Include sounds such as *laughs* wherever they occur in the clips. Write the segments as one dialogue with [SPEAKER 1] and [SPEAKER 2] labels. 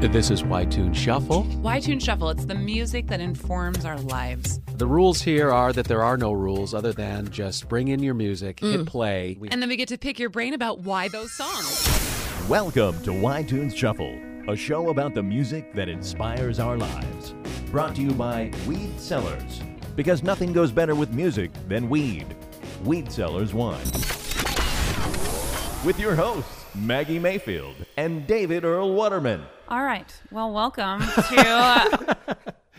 [SPEAKER 1] This is Why Tune Shuffle.
[SPEAKER 2] Why Tune Shuffle? It's the music that informs our lives.
[SPEAKER 1] The rules here are that there are no rules other than just bring in your music, hit play. We-
[SPEAKER 2] And then we get to pick your brain about why those songs.
[SPEAKER 3] Welcome to Why Tunes Shuffle, a show about the music that inspires our lives. Brought to you by Weed Sellers, because nothing goes better with music than weed. Weed Sellers Wine. With your hosts, Maggie Mayfield and David Earl Waterman.
[SPEAKER 4] All right. Well, welcome to uh,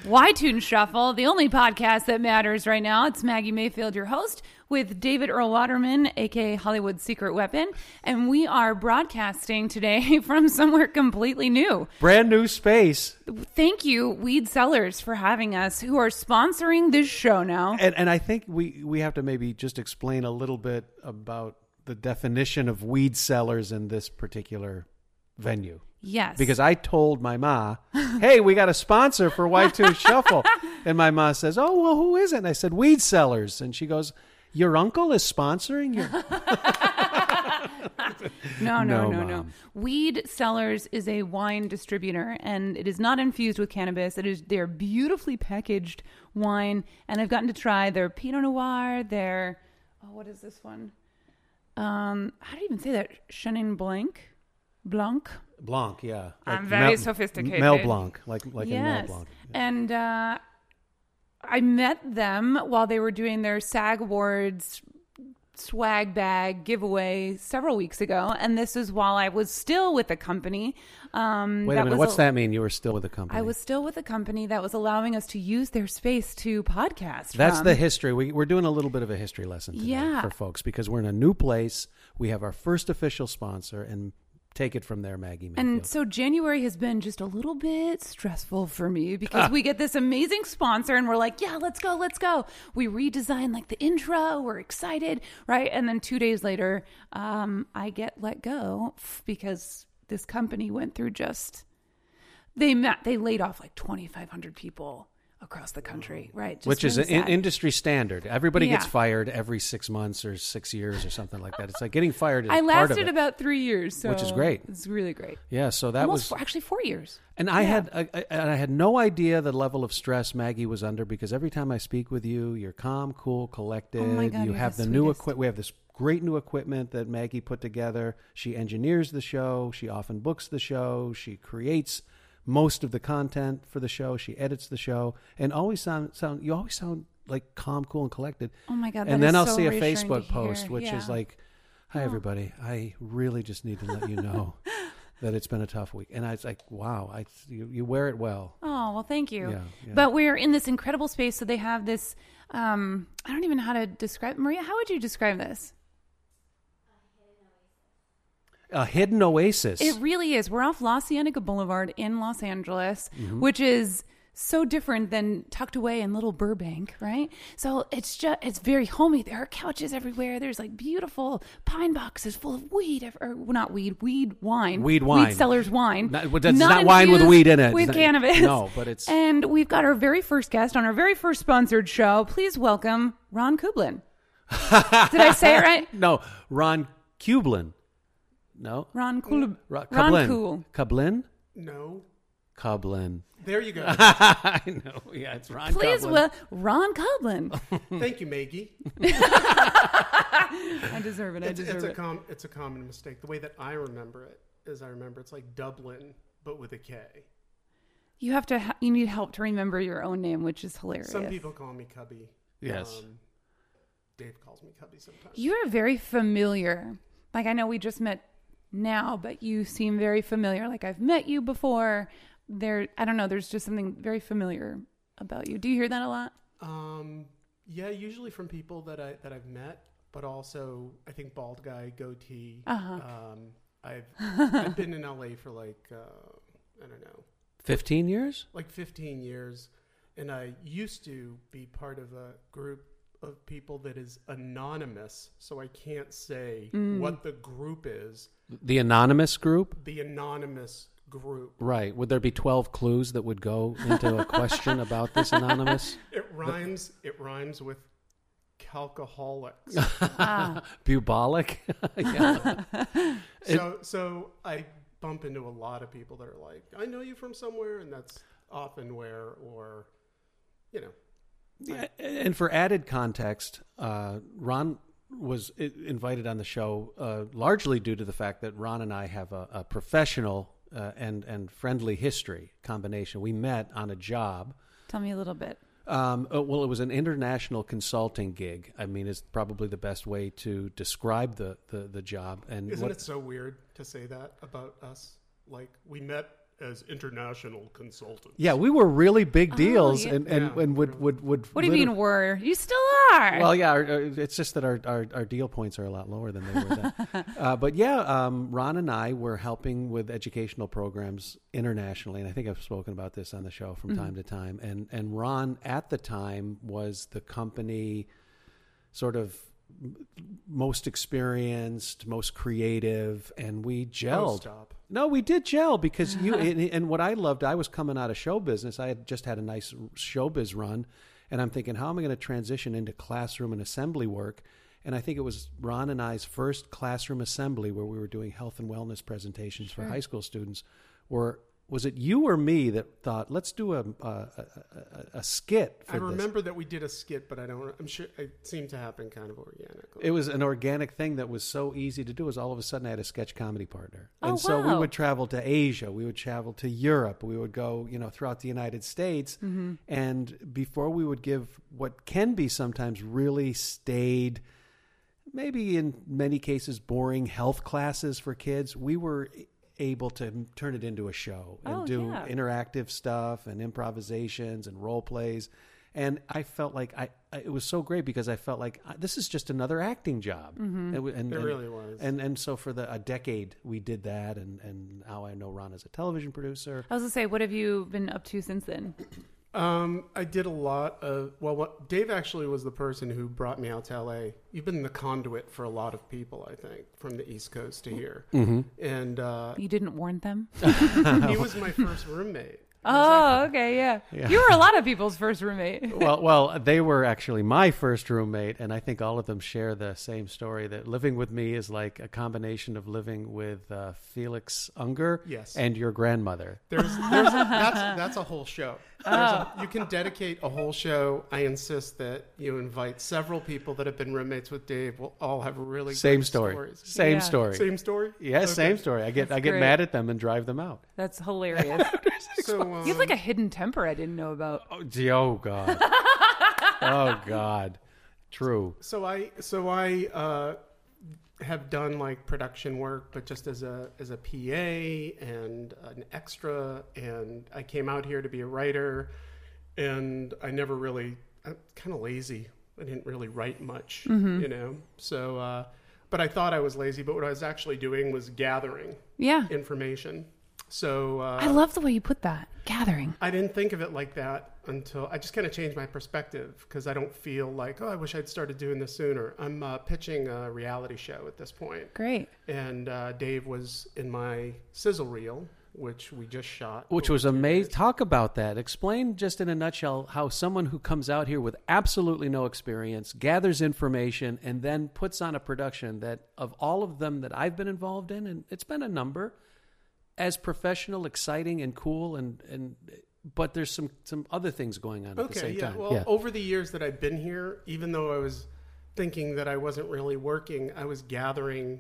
[SPEAKER 4] Why Tune Shuffle, the only podcast that matters right now. It's Maggie Mayfield, your host, with David Earl Waterman, aka Hollywood Secret Weapon, and we are broadcasting today *laughs* from somewhere completely new.
[SPEAKER 1] Brand new space.
[SPEAKER 4] Thank you, Weed Sellers, for having us, who are sponsoring this show now.
[SPEAKER 5] And and I think we we have to maybe just explain a little bit about the definition of weed sellers in this particular venue.
[SPEAKER 4] Yes,
[SPEAKER 5] Because I told my ma, "Hey, we got a sponsor for Y2 Shuffle," and my ma says, "Oh well, who is it?" And I said, "Weed sellers," and she goes, "Your uncle is sponsoring you."
[SPEAKER 4] *laughs* No, no,
[SPEAKER 5] No,
[SPEAKER 4] no, no.
[SPEAKER 5] Mom.
[SPEAKER 4] Weed Cellars is a wine distributor, and it is not infused with cannabis. It is their beautifully packaged wine, and I've gotten to try their Pinot Noir, their oh, what is this one? Um, how do you even say that? Chenin Blanc, Blanc.
[SPEAKER 5] Blanc, yeah.
[SPEAKER 4] I'm very sophisticated.
[SPEAKER 5] Mel Blanc, like like in Mel
[SPEAKER 4] yes,
[SPEAKER 5] Blanc.
[SPEAKER 4] and uh, I met them while they were doing their SAG Awards swag bag giveaway several weeks ago, and this is while I was still with the company. Um,
[SPEAKER 5] Wait a minute,
[SPEAKER 4] was
[SPEAKER 5] what's
[SPEAKER 4] al-
[SPEAKER 5] that mean? You were still with the company.
[SPEAKER 4] I was still with a company that was allowing us to use their space to podcast.
[SPEAKER 5] That's
[SPEAKER 4] from.
[SPEAKER 5] the history. We, we're doing a little bit of a history lesson today
[SPEAKER 4] Yeah.
[SPEAKER 5] for folks because we're in a new place. We have our first official sponsor, and take it from there, Maggie. Mayfield.
[SPEAKER 4] And so January has been just a little bit stressful for me because
[SPEAKER 5] Ah.
[SPEAKER 4] we get this amazing sponsor and we're like, yeah, let's go, let's go. We redesign like the intro, we're excited, right? And then two days later, um, I get let go f- because this company went through just they met they laid off like twenty five hundred people across the country, right? Just
[SPEAKER 5] which is
[SPEAKER 4] really
[SPEAKER 5] an
[SPEAKER 4] sad.
[SPEAKER 5] industry standard. Everybody gets
[SPEAKER 4] Yeah.
[SPEAKER 5] fired every six months or six years or something like that. It's like getting fired. Is part
[SPEAKER 4] I
[SPEAKER 5] of
[SPEAKER 4] lasted
[SPEAKER 5] it.
[SPEAKER 4] about three years, so
[SPEAKER 5] Which is great.
[SPEAKER 4] It's really great.
[SPEAKER 5] yeah. So that
[SPEAKER 4] Almost
[SPEAKER 5] was
[SPEAKER 4] four, actually four years.
[SPEAKER 5] And I had I, I- and I had no idea the level of stress Maggie was under because every time I speak with you, you're calm, cool, collected.
[SPEAKER 4] Oh my God,
[SPEAKER 5] you
[SPEAKER 4] you're
[SPEAKER 5] have
[SPEAKER 4] the
[SPEAKER 5] the, new
[SPEAKER 4] sweetest.
[SPEAKER 5] equip. We have this great new equipment that Maggie put together. She engineers the show. She often books the show. She creates most of the content for the show. She edits the show, and always sound sound. You always sound like calm, cool, and collected.
[SPEAKER 4] Oh my God, that
[SPEAKER 5] And then
[SPEAKER 4] is
[SPEAKER 5] I'll
[SPEAKER 4] so
[SPEAKER 5] see a
[SPEAKER 4] reassuring to
[SPEAKER 5] Facebook post,
[SPEAKER 4] hear.
[SPEAKER 5] which is
[SPEAKER 4] Yeah.
[SPEAKER 5] like, "Hi everybody, I really just need to let you
[SPEAKER 4] *laughs*
[SPEAKER 5] know." That it's been a tough week, and I was like, "Wow, I you, you wear it well."
[SPEAKER 4] Oh, well, thank you.
[SPEAKER 5] Yeah, yeah.
[SPEAKER 4] But we're in this incredible space. So they have this, um, I don't even know how to describe Maria, how would you describe this?
[SPEAKER 5] a hidden oasis.
[SPEAKER 4] It really is. We're off La Cienega Boulevard in Los Angeles,
[SPEAKER 5] Mm-hmm.
[SPEAKER 4] which is so different than tucked away in little Burbank, right? So it's just it's very homey. There are couches everywhere. There's like beautiful pine boxes full of weed, ev- or well, not weed, weed wine,
[SPEAKER 5] Weed wine.
[SPEAKER 4] weed sellers wine.
[SPEAKER 5] Not- well, that's not wine with
[SPEAKER 4] infused
[SPEAKER 5] weed in it. It's
[SPEAKER 4] with
[SPEAKER 5] not-
[SPEAKER 4] cannabis.
[SPEAKER 5] no, but it's-
[SPEAKER 4] and we've got our very first guest on our very first sponsored show. Please welcome
[SPEAKER 5] *laughs*
[SPEAKER 4] Ron Kublin. Did I say it
[SPEAKER 5] *laughs*
[SPEAKER 4] right?
[SPEAKER 5] no, Ron Kublin. No,
[SPEAKER 4] Ron Kul-
[SPEAKER 5] Ron
[SPEAKER 4] Ron
[SPEAKER 5] Kublin.
[SPEAKER 4] Cool.
[SPEAKER 5] Kublin.
[SPEAKER 6] No.
[SPEAKER 5] Kublin. *laughs*
[SPEAKER 6] There
[SPEAKER 4] *laughs*
[SPEAKER 6] you go.
[SPEAKER 5] I know. Yeah, it's Ron.
[SPEAKER 4] Please,
[SPEAKER 5] Kublin.
[SPEAKER 4] well, Ron
[SPEAKER 6] *laughs*
[SPEAKER 4] Kublin.
[SPEAKER 6] Thank you, Maggie.
[SPEAKER 4] I deserve it. I
[SPEAKER 6] It's,
[SPEAKER 4] deserve
[SPEAKER 6] it's a
[SPEAKER 4] it.
[SPEAKER 6] com- it's a common mistake. The way that I remember it is I remember it's like Dublin, but with a K.
[SPEAKER 4] you have to. Ha- you need help to remember your own name, which is hilarious.
[SPEAKER 6] Some people call me Cubby. Um,
[SPEAKER 5] Yes.
[SPEAKER 6] Dave calls me Cubby sometimes.
[SPEAKER 4] You are very familiar. Like I know we just met now, but you seem very familiar. Like I've met you before. There, I don't know. There's just something very familiar about you. Do you hear that a
[SPEAKER 6] *laughs*
[SPEAKER 4] lot?
[SPEAKER 6] Um, yeah, usually from people that I that I've met, but also I think bald guy goatee.
[SPEAKER 4] Uh-huh.
[SPEAKER 6] Um,
[SPEAKER 4] *laughs*
[SPEAKER 6] I've I've been in LA for like uh, I don't know
[SPEAKER 5] Fifteen years.
[SPEAKER 6] like 15 years and i used to be part of a group of people that is anonymous so i can't say what the group is
[SPEAKER 5] The anonymous group.
[SPEAKER 6] the anonymous group
[SPEAKER 5] Right. Would there be twelve clues that would go into a question about this
[SPEAKER 4] *laughs*
[SPEAKER 5] anonymous?
[SPEAKER 6] it rhymes it rhymes with calcoholics
[SPEAKER 4] Ah,
[SPEAKER 5] *laughs* Bubolic. yeah.
[SPEAKER 6] so so i bump into a lot of people that are like, I know you from somewhere, and that's often where, or, you know,
[SPEAKER 5] Yeah, and for added context, uh, Ron was i- invited on the show uh, largely due to the fact that Ron and I have a, a professional uh, and and friendly history combination. We met on a job.
[SPEAKER 7] Tell me a little bit.
[SPEAKER 5] Um, uh, well, it was an international consulting gig. I mean, it's probably the best way to describe the the, the job. And
[SPEAKER 6] Isn't
[SPEAKER 5] what-
[SPEAKER 6] it so weird to say that about us? Like we met as international consultants.
[SPEAKER 5] yeah, we were really big deals,
[SPEAKER 7] Oh, yeah.
[SPEAKER 5] and and,
[SPEAKER 6] Yeah.
[SPEAKER 5] and would would would.
[SPEAKER 7] What do you mean were? You still are.
[SPEAKER 5] Well, yeah, our, our- it's just that our, our, our deal points are a lot lower than they were then. uh, but yeah, um, Ron and I were helping with educational programs internationally, and I think I've spoken about this on the show from time to time. And and Ron at the time was the company sort of m- most experienced, most creative, and we gelled.
[SPEAKER 6] stop.
[SPEAKER 5] No, we did gel because
[SPEAKER 6] *laughs*
[SPEAKER 5] you and, and what I loved. I was coming out of show business. I had just had a nice showbiz run, and I'm thinking, how am I going to transition into classroom and assembly work? And I think it was Ron and I's first classroom assembly where we were doing health and wellness presentations for high school students. Were was it you or me that thought let's do a a, a, a- a skit? For
[SPEAKER 6] I
[SPEAKER 5] this?
[SPEAKER 6] remember that we did a skit, but I don't. I'm sure it seemed to happen kind of organically.
[SPEAKER 5] it was an organic thing that was so easy to do is all of a sudden I had a sketch comedy partner.
[SPEAKER 7] Oh,
[SPEAKER 5] and so we
[SPEAKER 7] wow.
[SPEAKER 5] would travel to Asia, we would travel to Europe, we would go, you know, throughout the United States.
[SPEAKER 7] Mm-hmm.
[SPEAKER 5] And before we would give what can be sometimes really staid, maybe in many cases boring health classes for kids, we were able to turn it into a show and
[SPEAKER 7] Oh,
[SPEAKER 5] do
[SPEAKER 7] yeah.
[SPEAKER 5] interactive stuff and improvisations and role plays. And I felt like I, I it was so great because I felt like I, this is just another acting job.
[SPEAKER 7] Mm-hmm.
[SPEAKER 5] It, wa- and,
[SPEAKER 6] It
[SPEAKER 5] and-
[SPEAKER 6] really was.
[SPEAKER 5] And and so for the a decade we did that, and and now I know Ron is a television producer.
[SPEAKER 7] I was gonna say, what have you been up to since then?
[SPEAKER 6] Um, I did a lot of well. What, Dave actually was the person who brought me out to LA. You've been the conduit for a lot of people, I think, from the East Coast to here. Mm-hmm.
[SPEAKER 5] *laughs*
[SPEAKER 6] And uh,
[SPEAKER 7] You didn't warn
[SPEAKER 6] *laughs*
[SPEAKER 7] them.
[SPEAKER 6] he was my first roommate.
[SPEAKER 7] Oh, okay, yeah. You were a lot of people's first roommate.
[SPEAKER 5] well, well, they were actually my first roommate, and I think all of them share the same story that living with me is like a combination of living with uh, Felix Unger
[SPEAKER 6] Yes.
[SPEAKER 5] and your grandmother.
[SPEAKER 6] There's, there's that's that's a whole show. There's a-
[SPEAKER 5] Oh.
[SPEAKER 6] you can dedicate a whole show. I insist that you invite several people that have been roommates with Dave. We'll all have really
[SPEAKER 5] Same
[SPEAKER 6] great
[SPEAKER 5] story.
[SPEAKER 6] Stories.
[SPEAKER 5] Same
[SPEAKER 7] Yeah.
[SPEAKER 5] story.
[SPEAKER 6] Same story.
[SPEAKER 5] Yes,
[SPEAKER 6] Okay.
[SPEAKER 5] same story. I get I get
[SPEAKER 7] great.
[SPEAKER 5] mad at them and drive them out.
[SPEAKER 7] That's
[SPEAKER 6] *laughs*
[SPEAKER 7] hilarious.
[SPEAKER 6] So um,
[SPEAKER 7] you have like a hidden temper I didn't know about.
[SPEAKER 5] Oh, gee, oh
[SPEAKER 7] *laughs*
[SPEAKER 5] god. oh god. True.
[SPEAKER 6] so I so I uh, have done like production work, but just as a as a PA and an extra, and I came out here to be a writer, and I never really I'm kind of lazy. I didn't really write much, you know. So, uh, but I thought I was lazy. But what I was actually doing was gathering
[SPEAKER 7] Yeah.
[SPEAKER 6] information. So uh,
[SPEAKER 7] I love the way you put that. Gathering.
[SPEAKER 6] I didn't think of it like that until I just kind of changed my perspective because I don't feel like, oh, I wish I'd started doing this sooner. I'm uh, pitching a reality show at this point.
[SPEAKER 7] Great.
[SPEAKER 6] And uh, Dave was in my sizzle reel, which we just shot.
[SPEAKER 5] Which was amazing. Talk about that. Explain just in a nutshell how someone who comes out here with absolutely no experience gathers information and then puts on a production that, of all of them that I've been involved in, and it's been a number, as professional, exciting, and cool, and and but there's some some other things going on at the
[SPEAKER 6] Okay,
[SPEAKER 5] same
[SPEAKER 6] yeah.
[SPEAKER 5] time.
[SPEAKER 6] Well, over the years that I've been here, even though I was thinking that I wasn't really working, I was gathering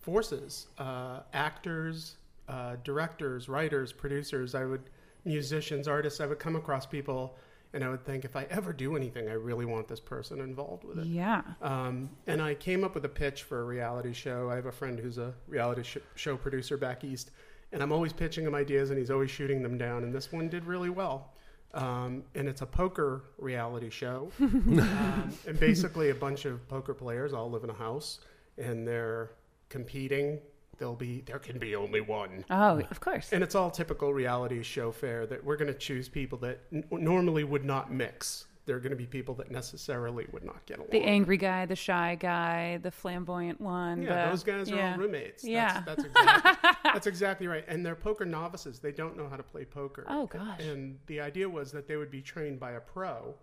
[SPEAKER 6] forces, uh, actors, uh, directors, writers, producers. I would musicians, artists. I would come across people, and I would think, if I ever do anything, I really want this person involved with it.
[SPEAKER 7] Yeah.
[SPEAKER 6] Um, and I came up with a pitch for a reality show. I have a friend who's a reality sh- show producer back east, and I'm always pitching him ideas, and he's always shooting them down. And this one did really well. Um, and it's a poker reality show, um, and basically a bunch of poker players all live in a house, and they're competing. There'll be there can be only one.
[SPEAKER 7] Oh, of course.
[SPEAKER 6] And it's all typical reality show fare that we're going to choose people that n- normally would not mix. There are going to be people that necessarily would not get along.
[SPEAKER 7] The angry guy, the shy guy, the flamboyant one.
[SPEAKER 6] Yeah,
[SPEAKER 7] the-
[SPEAKER 6] those guys are
[SPEAKER 7] yeah.
[SPEAKER 6] all roommates.
[SPEAKER 7] Yeah.
[SPEAKER 6] That's, that's,
[SPEAKER 7] *laughs*
[SPEAKER 6] exactly, that's exactly right. And they're poker novices. They don't know how to play poker.
[SPEAKER 7] Oh, gosh.
[SPEAKER 6] And the idea was that they would be trained by a pro.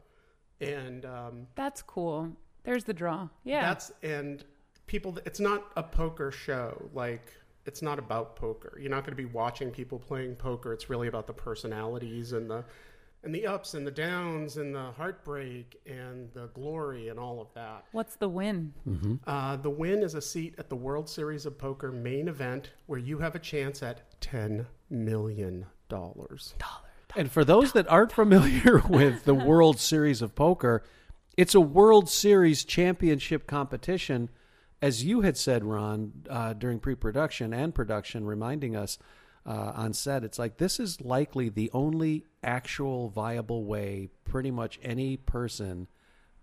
[SPEAKER 6] And um,
[SPEAKER 7] That's cool. There's the draw. Yeah.
[SPEAKER 6] that's, and people, it's not a poker show like it's not about poker. You're not going to be watching people playing poker. It's really about the personalities and the and the ups and the downs and the heartbreak and the glory and all of that.
[SPEAKER 7] What's the win?
[SPEAKER 6] Uh, the win is a seat at the World Series of Poker main event where you have a chance at $10 million.
[SPEAKER 5] And for those that aren't familiar *laughs* with the World Series of Poker, it's a World Series championship competition. As you had said, Ron, uh, during pre production and production, reminding us uh, on set, it's like this is likely the only actual viable way pretty much any person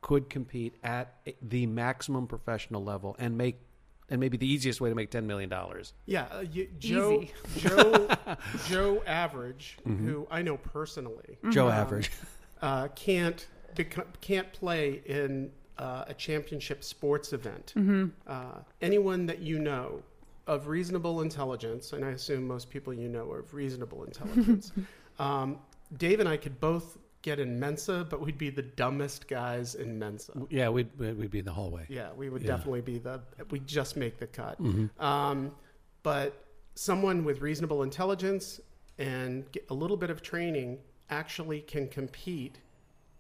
[SPEAKER 5] could compete at the maximum professional level and make, and maybe the easiest way to make $10 million.
[SPEAKER 6] Yeah, uh, you, Joe, Joe, Joe Average, who I know personally,
[SPEAKER 5] Joe Average.
[SPEAKER 6] uh, can't become, can't play in uh, a championship sports event. Uh, anyone that you know of reasonable intelligence, and I assume most people you know are of reasonable intelligence. um, Dave and I could both get in Mensa, but we'd be the dumbest guys in Mensa.
[SPEAKER 5] Yeah, we'd, we'd be in the hallway.
[SPEAKER 6] Yeah, we would definitely be the we just make the cut. Um, but someone with reasonable intelligence and get a little bit of training actually can compete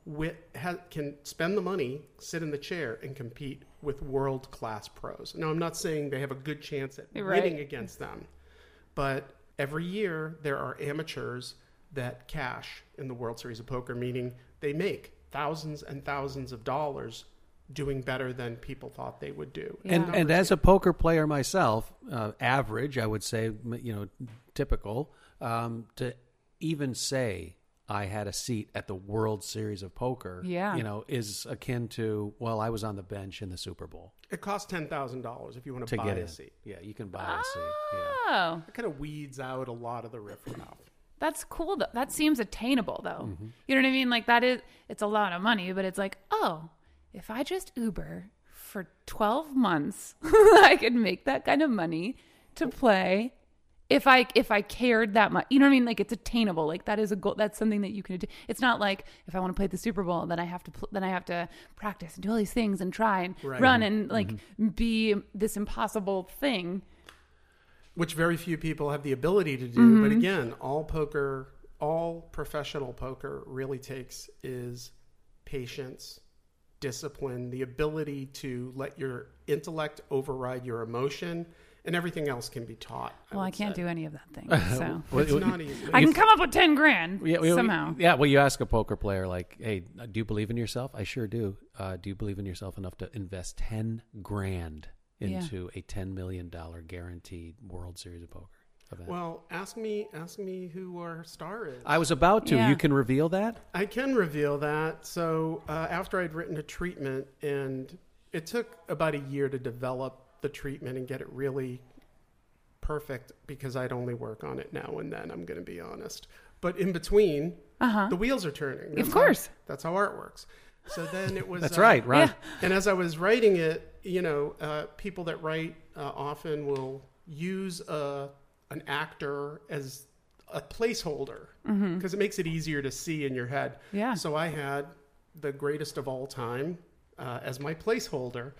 [SPEAKER 6] with ha, can spend the money, sit in the chair, and compete with world class pros. Now, I'm not saying they have a good chance at
[SPEAKER 7] Right.
[SPEAKER 6] winning against them, but every year there are amateurs that cash in the World Series of Poker, meaning they make thousands and thousands of dollars doing better than people thought they would do.
[SPEAKER 5] And and as a poker player myself, uh, average, I would say, m- you know, typical um, to even say I had a seat at the World Series of Poker.
[SPEAKER 7] Yeah.
[SPEAKER 5] you know, is akin to well, I was on the bench in the Super Bowl
[SPEAKER 6] It costs ten thousand dollars if you want
[SPEAKER 5] to
[SPEAKER 6] to, buy
[SPEAKER 5] get
[SPEAKER 6] a
[SPEAKER 5] in.
[SPEAKER 6] seat.
[SPEAKER 5] Yeah, you can
[SPEAKER 7] Ah.
[SPEAKER 5] buy a seat. Yeah.
[SPEAKER 7] Oh,
[SPEAKER 6] That kind of weeds out a lot of the riffraff.
[SPEAKER 7] that's cool. Though. That seems attainable, though. You know what I mean? Like that is, it's a lot of money, but it's like, oh, if I just Uber for 12 months, *laughs* I could make that kind of money to play. If I if I cared that much, you know what I mean. Like it's attainable. Like that is a goal. That's something that you can. Att- it's not like if I want to play at the Super Bowl, then I have to pl- then I have to practice and do all these things and try and run and like be this impossible thing.
[SPEAKER 6] which very few people have the ability to do. But
[SPEAKER 7] Mm-hmm.
[SPEAKER 6] again, all poker, all professional poker really takes is patience, discipline, the ability to let your intellect override your emotion, and everything else can be taught.
[SPEAKER 7] Well, I can't do any of that *laughs* thing. So
[SPEAKER 6] It's not easy.
[SPEAKER 7] I can come up with ten grand
[SPEAKER 5] Yeah, well,
[SPEAKER 7] somehow.
[SPEAKER 5] Yeah, well, you ask a poker player, like, "Hey, uh, do you believe in yourself?" I sure do. Uh, do you believe in yourself enough to invest ten grand
[SPEAKER 7] Yeah.
[SPEAKER 5] into a ten million dollar guaranteed World Series of Poker event?
[SPEAKER 6] well, ask me, ask me who our star is.
[SPEAKER 5] I was about to.
[SPEAKER 7] Yeah.
[SPEAKER 5] You can reveal that.
[SPEAKER 6] I can reveal that. So uh, after I'd written a treatment, and it took about a year to develop the treatment and get it really perfect because I'd only work on it now and then. I'm going to be honest, but in between, the wheels are turning. That's how-
[SPEAKER 7] course.
[SPEAKER 6] that's how art works. So then it was.
[SPEAKER 5] That's
[SPEAKER 6] uh,
[SPEAKER 5] right, Ron.
[SPEAKER 6] *laughs* and as I was writing it, you know, uh, people that write uh, often will use a, an actor as a placeholder because it makes it easier to see in your head.
[SPEAKER 7] Yeah.
[SPEAKER 6] So I had the greatest of all time uh, as my placeholder.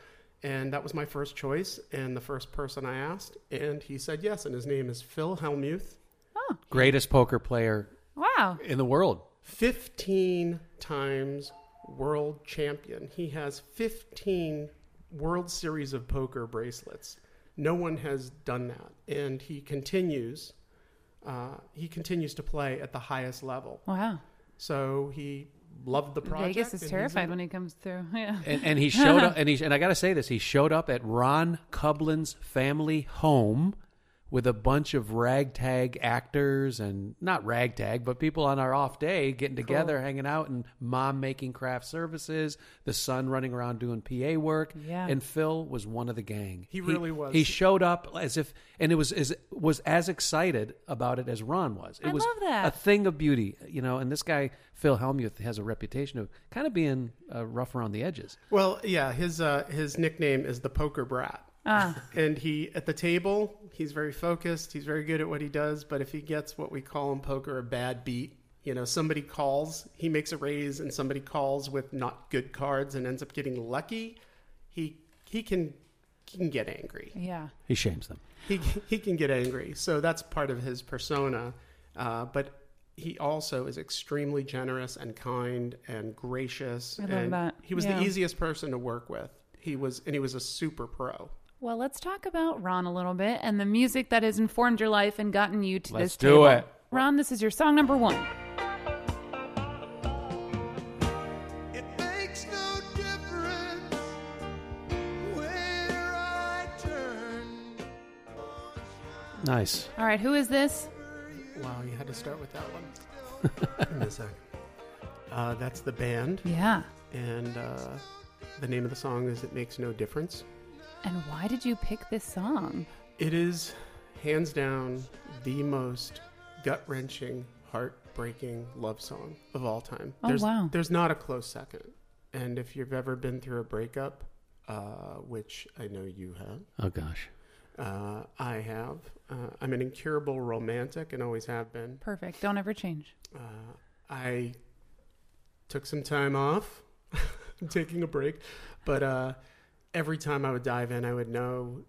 [SPEAKER 6] And that was my first choice and the first person I asked. And he said yes. And his name is Phil Hellmuth.
[SPEAKER 5] Greatest poker player
[SPEAKER 7] Wow.
[SPEAKER 5] in the world.
[SPEAKER 6] 15 times world champion. He has 15 World Series of Poker bracelets. No one has done that, and he continues. Uh, he continues to play at the highest level.
[SPEAKER 7] Wow.
[SPEAKER 6] So he loved the project.
[SPEAKER 7] Vegas
[SPEAKER 6] and
[SPEAKER 7] is
[SPEAKER 6] he's
[SPEAKER 7] terrified
[SPEAKER 6] in-
[SPEAKER 7] when he comes
[SPEAKER 4] *laughs*
[SPEAKER 7] through. Yeah.
[SPEAKER 5] And, and he
[SPEAKER 7] *laughs*
[SPEAKER 5] showed up, and he and I got to say this: he showed up at Ron Cublin's family home with a bunch of ragtag actors, and not ragtag, but people on our off day getting together, hanging out, and mom making craft services, the son running around doing PA work,
[SPEAKER 7] Yeah.
[SPEAKER 5] and Phil was one of the gang.
[SPEAKER 6] He really was.
[SPEAKER 5] He showed up as if, and it was as was as excited about it as Ron was. It
[SPEAKER 7] I
[SPEAKER 5] was
[SPEAKER 7] love that.
[SPEAKER 5] a thing of beauty, you know. And this guy Phil Hellmuth has a reputation of kind of being uh, rough around the edges.
[SPEAKER 6] Well, yeah, his uh, his nickname is the Poker Brat. Ah. And he at the table, he's very focused. He's very good at what he does. But if he gets what we call in poker a bad beat, you know, somebody calls, he makes a raise, and somebody calls with not good cards and ends up getting lucky. He he can can get angry.
[SPEAKER 4] Yeah.
[SPEAKER 5] He shames them.
[SPEAKER 6] he he can get angry, so that's part of his persona. Uh, but he also is extremely generous and kind and gracious.
[SPEAKER 4] I love
[SPEAKER 6] and
[SPEAKER 4] that.
[SPEAKER 6] He was
[SPEAKER 4] Yeah.
[SPEAKER 6] the easiest person to work with. He was, and he was a super pro.
[SPEAKER 4] Well, let's talk about Ron a little bit and the music that has informed your life and gotten you to
[SPEAKER 1] Let's
[SPEAKER 4] this
[SPEAKER 1] do
[SPEAKER 4] table.
[SPEAKER 1] it.
[SPEAKER 4] Ron, this is your song number one.
[SPEAKER 8] It makes no difference where I turn.
[SPEAKER 5] Nice.
[SPEAKER 4] All right, who is this?
[SPEAKER 6] Wow, you had to start with that one. *laughs* Give me a sec. Uh, that's the band,
[SPEAKER 4] Yeah.
[SPEAKER 6] and uh, the name of the song is "It Makes No Difference."
[SPEAKER 4] And why did you pick this song?
[SPEAKER 6] It is hands down the most gut wrenching, heartbreaking love song of all time.
[SPEAKER 4] Oh,
[SPEAKER 6] there's,
[SPEAKER 4] wow.
[SPEAKER 6] There's not a close second. And if you've ever been through a breakup, uh, which I know you have,
[SPEAKER 5] Oh gosh.
[SPEAKER 6] uh, I have. Uh, I'm an incurable romantic and always have been.
[SPEAKER 4] Perfect. Don't ever change.
[SPEAKER 6] Uh, I took some time off. *laughs* I'm taking a break, but uh, every time I would dive in, I would know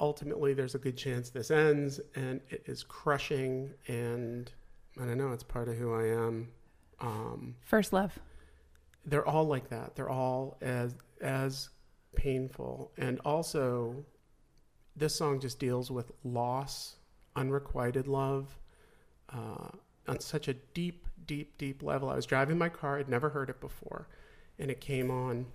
[SPEAKER 6] ultimately there's a good chance this ends, and it is crushing. And I don't know, it's part of who I am. Um,
[SPEAKER 4] First love.
[SPEAKER 6] they're all like that. They're all as as painful, and also this song just deals with loss, unrequited love, uh, on such a deep, deep, deep level. I was driving my car; I'd never heard it before, and it came on.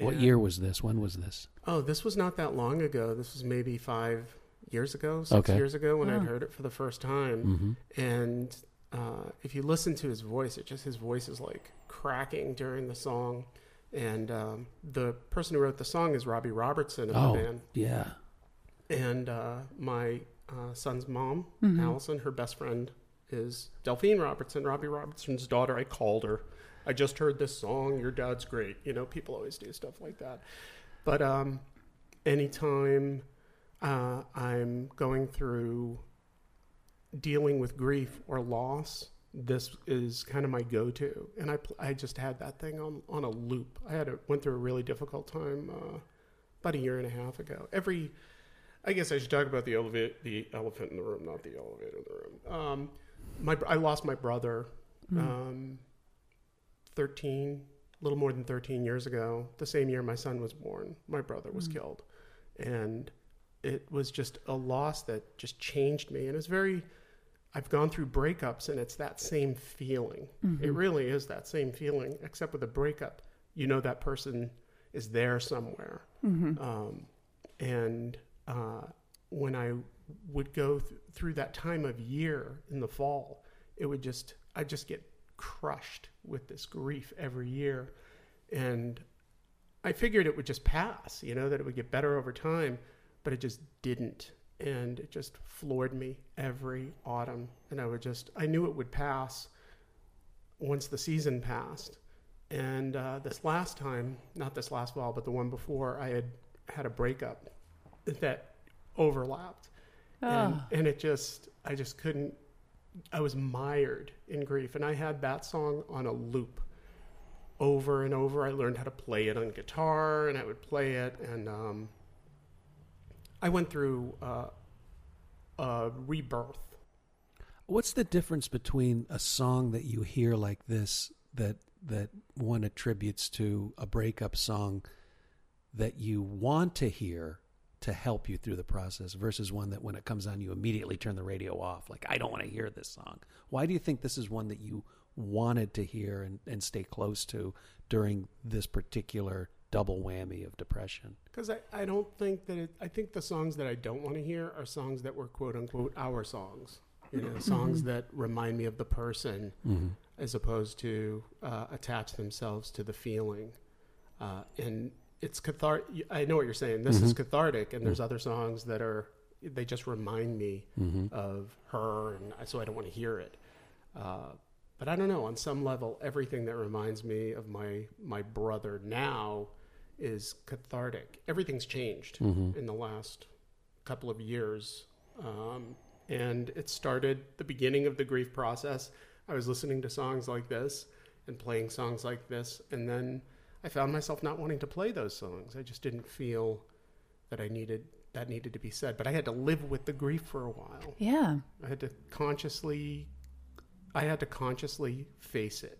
[SPEAKER 5] What
[SPEAKER 6] and-
[SPEAKER 5] year was this? When was this?
[SPEAKER 6] Oh, this was not that long ago. This was maybe five years ago, six
[SPEAKER 5] Okay.
[SPEAKER 6] years ago when
[SPEAKER 4] Wow.
[SPEAKER 6] I'd heard it for the first time
[SPEAKER 5] Mm-hmm.
[SPEAKER 6] and uh, if you listen to his voice, it just his voice is like cracking during the song. And um, the person who wrote the song is Robbie Robertson of
[SPEAKER 5] Oh.
[SPEAKER 6] the band,
[SPEAKER 5] Yeah.
[SPEAKER 6] and uh, my uh, son's mom,
[SPEAKER 4] Mhm.
[SPEAKER 6] Allison, her best friend is Delphine Robertson, Robbie Robertson's daughter. I called her. I just heard this song. Your dad's great. You know, people always do stuff like that. But um, anytime uh, I'm going through dealing with grief or loss, this is kind of my go-to, and I pl- I just had that thing on on a loop. I had a, went through a really difficult time uh, about a year and a half ago. Every I guess I should talk about the eleva- the elephant in the room, not the elevator in the room. Um, my I lost my brother, um, thirteen, a little more than thirteen years ago. The same year my son was born, my brother was killed, and it was just a loss that just changed me. And it's very, I've gone through breakups, and it's that same feeling. It really is that same feeling, except with a breakup, you know that person is there somewhere. Um, and uh, when I would go th- through that time of year in the fall, it would just I just get crushed with this grief every year, and I figured it would just pass, you know, that it would get better over time, but it just didn't, and it just floored me every autumn, and I would just I knew it would pass once the season passed. And uh, this last time, not this last fall, but the one before, I had had a breakup that overlapped. And, and it just, I just couldn't, I was mired in grief. And I had that song on a loop over and over. I learned how to play it on guitar and I would play it. And um, I went through uh, a rebirth.
[SPEAKER 5] What's the difference between a song that you hear like this that that one attributes to a breakup song that you want to hear to help you through the process versus one that when it comes on you immediately turn the radio off like I don't want to hear this song. Why do you think this is one that you wanted to hear and, and stay close to during this particular double whammy of depression?
[SPEAKER 6] Because I, I don't think that it, I think the songs that I don't want to hear are songs that were quote unquote our songs. You know, songs that remind me of the person as opposed to uh, attach themselves to the feeling. Uh, and it's cathar. I know what you're saying. This is cathartic, and there's other songs that are, they just remind me of her, and I- so I don't want to hear it. Uh, but I don't know. On some level, everything that reminds me of my my brother now is cathartic. Everything's changed in the last couple of years, um, and it started the beginning of the grief process. I was listening to songs like this and playing songs like this, and then I found myself not wanting to play those songs. I just didn't feel that I needed that needed to be said. But I had to live with the grief for a while.
[SPEAKER 4] Yeah.
[SPEAKER 6] I had to consciously I had to consciously face it.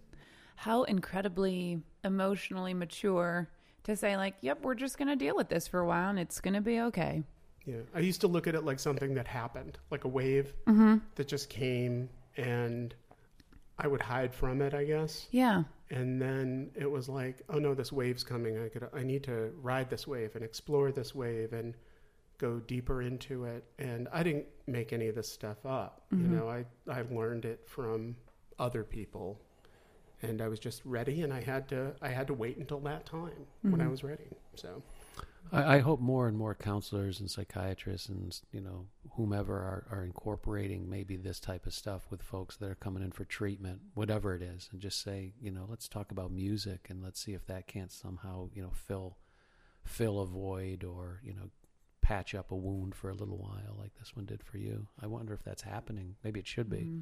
[SPEAKER 4] How incredibly emotionally mature to say, like, yep, we're just going to deal with this for a while and it's going to be okay.
[SPEAKER 6] Yeah. I used to look at it like something that happened, like a wave that just came and I would hide from it, I guess.
[SPEAKER 4] Yeah.
[SPEAKER 6] And then it was like, oh no, this wave's coming. I could I need to ride this wave and explore this wave and go deeper into it. And I didn't make any of this stuff up. You know, I, I learned it from other people and I was just ready and I had to I had to wait until that time when I was ready. So
[SPEAKER 5] I, I hope more and more counselors and psychiatrists and you know whomever are, are incorporating maybe this type of stuff with folks that are coming in for treatment, whatever it is, and just say you know let's talk about music and let's see if that can't somehow you know fill fill a void or you know patch up a wound for a little while like this one did for you. I wonder if that's happening. Maybe it should be.
[SPEAKER 6] Mm-hmm.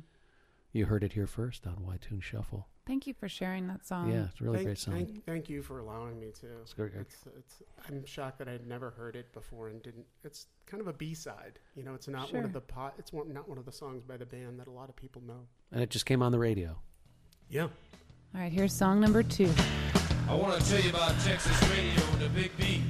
[SPEAKER 5] You heard it here first on Why Tune Shuffle.
[SPEAKER 4] Thank you for sharing that song.
[SPEAKER 5] yeah, it's a really
[SPEAKER 6] Um, thank,
[SPEAKER 5] great song.
[SPEAKER 6] Thank, thank you for allowing me to. It's
[SPEAKER 5] great, Eric.
[SPEAKER 6] It's, it's, I'm shocked that I'd never heard it before and didn't. It's kind of a B side. You know, it's not one
[SPEAKER 4] Sure.
[SPEAKER 6] of the pot. It's one, not one of the songs by the band that a lot of people know.
[SPEAKER 5] And it just came on the radio.
[SPEAKER 6] Yeah.
[SPEAKER 4] All right, here's song number two.
[SPEAKER 9] I want to tell you about Texas radio and the Big B.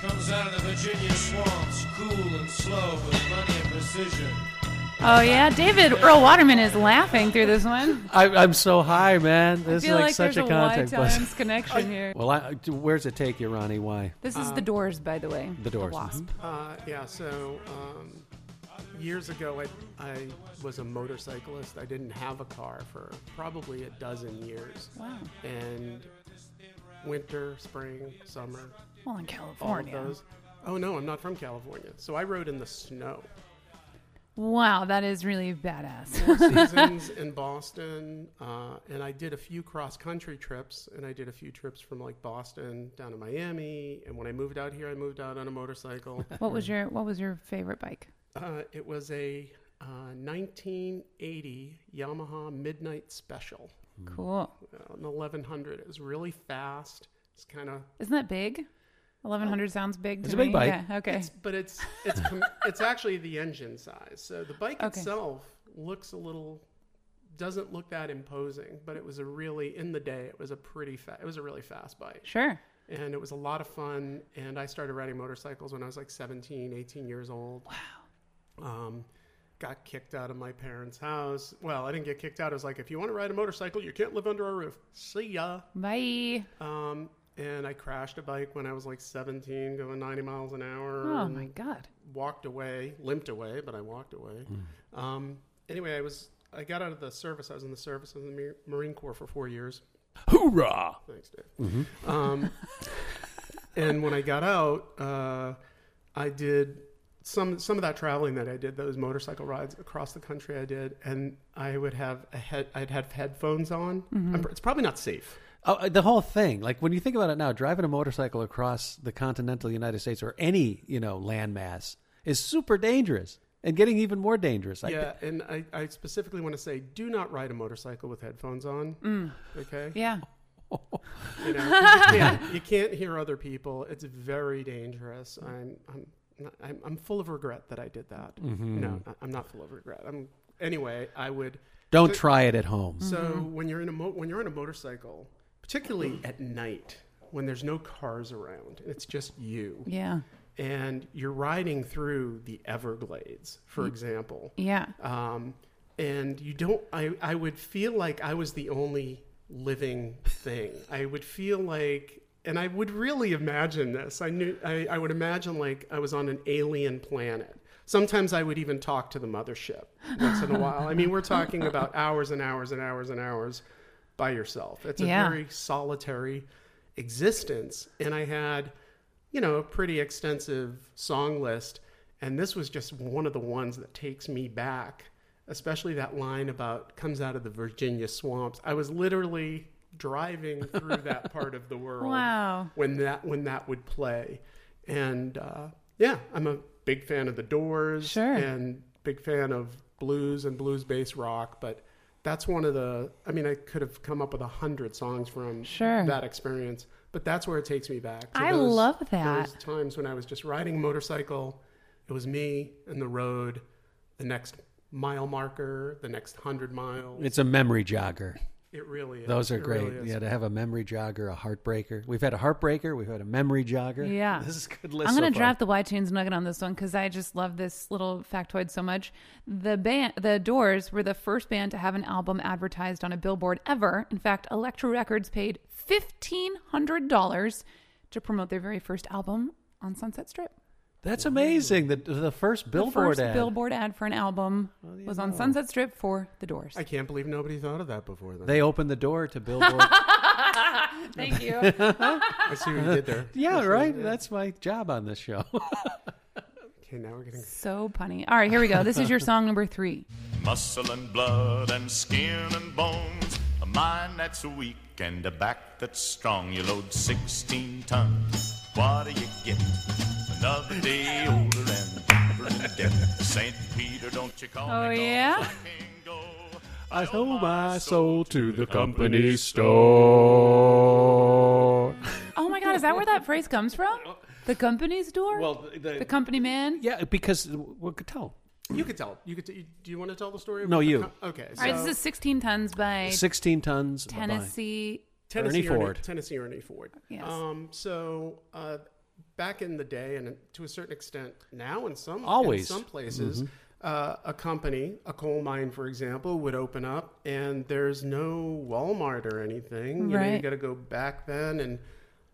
[SPEAKER 9] Comes out of the Virginia swamps, cool and slow with plenty of precision.
[SPEAKER 4] Oh, yeah. David Earl Waterman is laughing through this one.
[SPEAKER 5] I, I'm so high, man. This
[SPEAKER 4] I feel
[SPEAKER 5] is
[SPEAKER 4] like,
[SPEAKER 5] like, such
[SPEAKER 4] there's a,
[SPEAKER 5] a contact.
[SPEAKER 4] Y
[SPEAKER 5] bus. *laughs*
[SPEAKER 4] times *laughs* connection here.
[SPEAKER 5] Well, I, d- where's it take you, Ronnie? Why?
[SPEAKER 4] This is The Doors, by the way.
[SPEAKER 5] The Doors. Mm-hmm.
[SPEAKER 4] Wasp.
[SPEAKER 6] Uh, yeah. So um, years ago, I, I was a motorcyclist. I didn't have a car for probably a dozen years.
[SPEAKER 4] Wow.
[SPEAKER 6] And winter, spring, summer,
[SPEAKER 4] Well, in
[SPEAKER 6] all
[SPEAKER 4] California.
[SPEAKER 6] of those. Oh no, I'm not from California. So I rode in the snow.
[SPEAKER 4] Wow, that is really badass.
[SPEAKER 5] *laughs*
[SPEAKER 6] Four Seasons in Boston, uh, and I did a few cross country trips, and I did a few trips from like Boston down to Miami. And when I moved out here, I moved out on a motorcycle.
[SPEAKER 4] what was your What was your favorite bike?
[SPEAKER 6] uh, it was a uh, 1980 Yamaha Midnight Special,
[SPEAKER 5] Mm.
[SPEAKER 4] Cool.
[SPEAKER 6] uh, an 1100. It was really fast. It's kind of,
[SPEAKER 4] Isn't that big? Eleven hundred sounds big. To
[SPEAKER 5] It's a big
[SPEAKER 4] me.
[SPEAKER 5] bike.
[SPEAKER 4] Yeah. Okay.
[SPEAKER 6] but it's it's com- it's actually the engine size. So the bike
[SPEAKER 4] Okay.
[SPEAKER 6] itself looks a little doesn't look that imposing, but it was a really in the day it was a pretty fa- it was a really fast bike.
[SPEAKER 4] Sure.
[SPEAKER 6] and it was a lot of fun and i started riding motorcycles when i was like 17 18 years old wow um, got kicked out of my parents house well i didn't get kicked out it was like if you want to ride a motorcycle you can't live under our roof see ya
[SPEAKER 4] Bye.
[SPEAKER 6] um, and i crashed a bike when i was like 17 going 90 miles an hour
[SPEAKER 4] Oh
[SPEAKER 6] and
[SPEAKER 4] my God.
[SPEAKER 6] walked away limped away but i walked away um, anyway i was i got out of the service i was in the service of the Mar- marine corps for four years
[SPEAKER 5] Hoorah!
[SPEAKER 6] Thanks, Dave. Um, and when I got out, uh, I did some some of that traveling that I did, those motorcycle rides across the country I did, and I would have a head, I'd have headphones on. I'm pr- it's probably not safe.
[SPEAKER 5] Oh, uh, the whole thing, like when you think about it now, driving a motorcycle across the continental United States or any you know landmass is super dangerous and getting even more dangerous. I-
[SPEAKER 6] yeah, and I, I specifically want to say, do not ride a motorcycle with headphones on. Okay,
[SPEAKER 4] Yeah.
[SPEAKER 6] you know, 'cause you can't, you can't hear other people. It's very dangerous. I'm, I'm, not, I'm, I'm full of regret that I did that. No, I- I'm not full of regret. I'm anyway. I would.
[SPEAKER 5] don't try it at home.
[SPEAKER 6] So when you're in a mo- when you're on a motorcycle, particularly at night when there's no cars around and it's just you
[SPEAKER 4] Yeah.
[SPEAKER 6] and you're riding through the Everglades, for example,
[SPEAKER 4] Yeah.
[SPEAKER 6] um, and you don't I, I would feel like i was the only living thing i would feel like and i would really imagine this i knew I, I would imagine like i was on an alien planet sometimes i would even talk to the mothership once in a while i mean we're talking about hours and hours and hours and hours by yourself it's a
[SPEAKER 4] Yeah.
[SPEAKER 6] very solitary existence and i had you know, a pretty extensive song list. And this was just one of the ones that takes me back, especially that line about comes out of the Virginia swamps. I was literally driving through that part of the world
[SPEAKER 4] Wow.
[SPEAKER 6] when that when that would play. And uh, yeah, I'm a big fan of the Doors
[SPEAKER 4] Sure.
[SPEAKER 6] and big fan of blues and blues based rock, but that's one of the i mean i could have come up with a hundred songs from
[SPEAKER 10] Sure.
[SPEAKER 6] that experience but that's where it takes me back to
[SPEAKER 4] I love that.
[SPEAKER 6] those times when i was just riding a motorcycle it was me and the road the next mile marker the next hundred miles
[SPEAKER 5] It's a memory jogger.
[SPEAKER 6] it really is
[SPEAKER 5] Those are
[SPEAKER 6] It
[SPEAKER 5] great.
[SPEAKER 6] really is.
[SPEAKER 5] yeah, to have a memory jogger, a heartbreaker. We've had a heartbreaker. We've had a memory jogger.
[SPEAKER 4] Yeah.
[SPEAKER 5] this is a good list.
[SPEAKER 4] I'm gonna
[SPEAKER 5] so far.
[SPEAKER 4] drop the Y Tunes nugget on this one because I just love this little factoid so much. The band, the Doors, were the first band to have an album advertised on a billboard ever. In fact, Elektra Records paid fifteen hundred dollars to promote their very first album on Sunset Strip.
[SPEAKER 5] That's amazing. The the first
[SPEAKER 4] the
[SPEAKER 5] Billboard
[SPEAKER 4] first
[SPEAKER 5] ad.
[SPEAKER 4] Billboard ad for an album was on Sunset Strip for the Doors.
[SPEAKER 6] i can't believe nobody thought of that before then
[SPEAKER 5] They opened the door *laughs* to Billboard.
[SPEAKER 4] Thank
[SPEAKER 5] *laughs*
[SPEAKER 4] you.
[SPEAKER 6] i see what you did there
[SPEAKER 5] yeah, right. That's my job on this show. *laughs*
[SPEAKER 6] okay now we're getting
[SPEAKER 4] so punny. All right, here we go. This is your song number three.
[SPEAKER 3] Muscle and blood and skin and bones. A mind that's weak and a back that's strong. You load 16 tons. What do you get? Another day older and deeper in debt. St. Peter, don't you call
[SPEAKER 4] Oh,
[SPEAKER 3] me. 'cause
[SPEAKER 4] yeah?
[SPEAKER 3] I can't go.
[SPEAKER 9] I owe my soul to the
[SPEAKER 3] company
[SPEAKER 9] store.
[SPEAKER 4] Oh my God, is that where that phrase
[SPEAKER 5] *laughs*
[SPEAKER 4] comes from? The company's door.
[SPEAKER 5] well,
[SPEAKER 4] the company man.
[SPEAKER 5] yeah, because we could tell.
[SPEAKER 6] you could tell you could t- do you want to tell the story of
[SPEAKER 5] No,
[SPEAKER 6] the
[SPEAKER 5] you.
[SPEAKER 6] com- okay so
[SPEAKER 4] All right, this is 16 Tons by
[SPEAKER 5] 16 tons. of buying.
[SPEAKER 4] Tennessee.
[SPEAKER 5] Ernie
[SPEAKER 6] Tennessee
[SPEAKER 5] Ford.
[SPEAKER 6] Tennessee Ernie Ford.
[SPEAKER 4] Yes.
[SPEAKER 6] Um, so uh, back in the day, and to a certain extent now, in some
[SPEAKER 5] Always.
[SPEAKER 6] in some places, uh, a company, a coal mine, for example, would open up, and there's no Walmart or anything. You know, you
[SPEAKER 4] Right.
[SPEAKER 6] got to go back then and.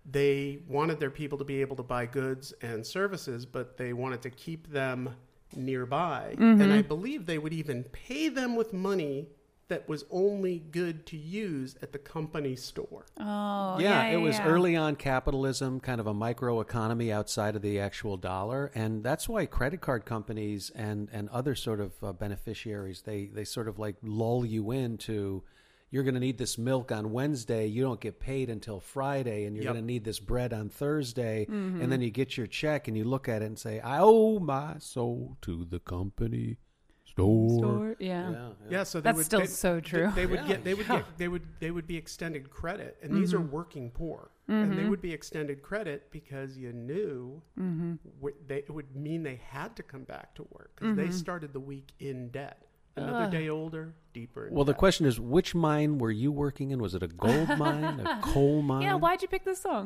[SPEAKER 6] They wanted their people to be able to buy goods and services, but they wanted to keep them nearby. And I believe they would even pay them with money that was only good to use at the company store.
[SPEAKER 4] Oh,
[SPEAKER 5] yeah, it was
[SPEAKER 4] yeah.
[SPEAKER 5] early on capitalism, kind of a microeconomy outside of the actual dollar, and that's why credit card companies and and other sort of uh, beneficiaries they they sort of like lull you into you're going to need this milk on Wednesday, you don't get paid until Friday, and you're
[SPEAKER 6] Yep.
[SPEAKER 5] going to need this bread on Thursday,
[SPEAKER 4] Mm-hmm.
[SPEAKER 5] and then you get your check and you look at it and say, "I owe my soul to the company store."
[SPEAKER 4] Store, yeah.
[SPEAKER 6] Yeah, so they
[SPEAKER 4] That's
[SPEAKER 6] would,
[SPEAKER 4] still
[SPEAKER 6] they-
[SPEAKER 4] so
[SPEAKER 6] they-
[SPEAKER 4] true.
[SPEAKER 6] They, would get they would get they would they would be extended credit, and these are
[SPEAKER 4] Mm-hmm.
[SPEAKER 6] working poor, and they would be extended credit because you knew
[SPEAKER 4] Mm-hmm.
[SPEAKER 6] wh- they, it would mean they had to come back to work because
[SPEAKER 4] Mm-hmm.
[SPEAKER 6] they started the week in debt. Another day older, deeper. in
[SPEAKER 5] Well, the
[SPEAKER 6] debt.
[SPEAKER 5] question is, which mine were you working in? Was it a
[SPEAKER 4] *laughs*
[SPEAKER 5] gold mine, a coal mine?
[SPEAKER 4] Yeah, why'd you pick this song?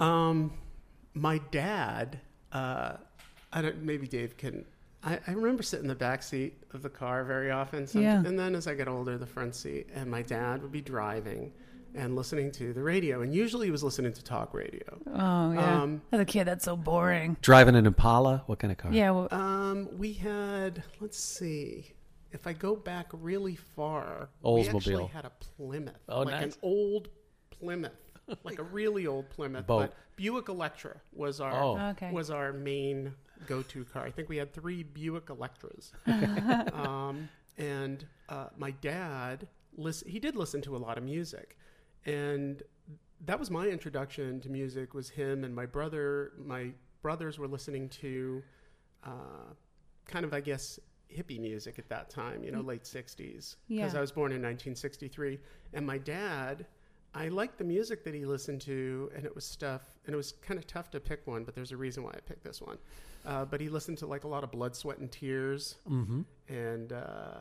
[SPEAKER 6] Um, my dad, uh, I don't. Maybe Dave can. I, I remember sitting in the back seat of the car very often. Some,
[SPEAKER 4] Yeah.
[SPEAKER 6] And then as I got older, the front seat, and my dad would be driving and listening to the radio, and usually he was listening to talk radio.
[SPEAKER 4] Oh, yeah.
[SPEAKER 6] Um,
[SPEAKER 4] As a kid, that's so boring.
[SPEAKER 5] Driving an Impala? What kind of car?
[SPEAKER 4] Yeah, well,
[SPEAKER 6] Um, we had. Let's see. If I go back really far, we actually
[SPEAKER 5] Oldsmobile.
[SPEAKER 6] had a Plymouth,
[SPEAKER 5] Oh,
[SPEAKER 6] like an
[SPEAKER 5] nice.
[SPEAKER 6] old Plymouth, like a really old Plymouth.
[SPEAKER 5] Boat.
[SPEAKER 6] But Buick Electra was our
[SPEAKER 5] Oh.
[SPEAKER 4] Okay.
[SPEAKER 6] was our main go-to car. I think we had three Buick Electras, um, and uh, my dad listen, He did listen to a lot of music, and that was my introduction to music. Was him and my brother. My brothers were listening to uh, kind of, I guess, hippie music at that time, you know, late 60s. Because
[SPEAKER 4] Mm. Yeah.
[SPEAKER 6] I was born in 1963. And my dad, I liked the music that he listened to, and it was stuff, and it was kind of tough to pick one, but there's a reason why I picked this one. Uh, but he listened to like a lot of Blood, Sweat, and Tears. Mm-hmm. And, uh,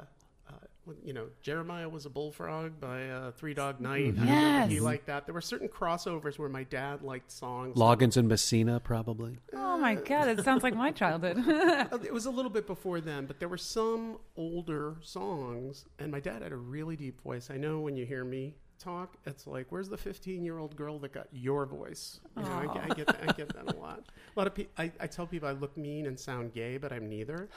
[SPEAKER 6] uh, well, you know, Jeremiah was a bullfrog by uh, Three Dog Night. I remember He
[SPEAKER 4] Yes.
[SPEAKER 6] liked that. There were certain crossovers where my dad liked songs.
[SPEAKER 5] Loggins and Messina, probably.
[SPEAKER 4] oh my God, it sounds like my childhood. *laughs*
[SPEAKER 6] Uh, It was a little bit before then, but there were some older songs, and my dad had a really deep voice. I know when you hear me talk, it's like, "Where's the 15-year-old girl that got your voice?" You know, I, get- I get that, I get that a lot. A lot of people, I, I tell people I look mean and sound gay, but I'm neither.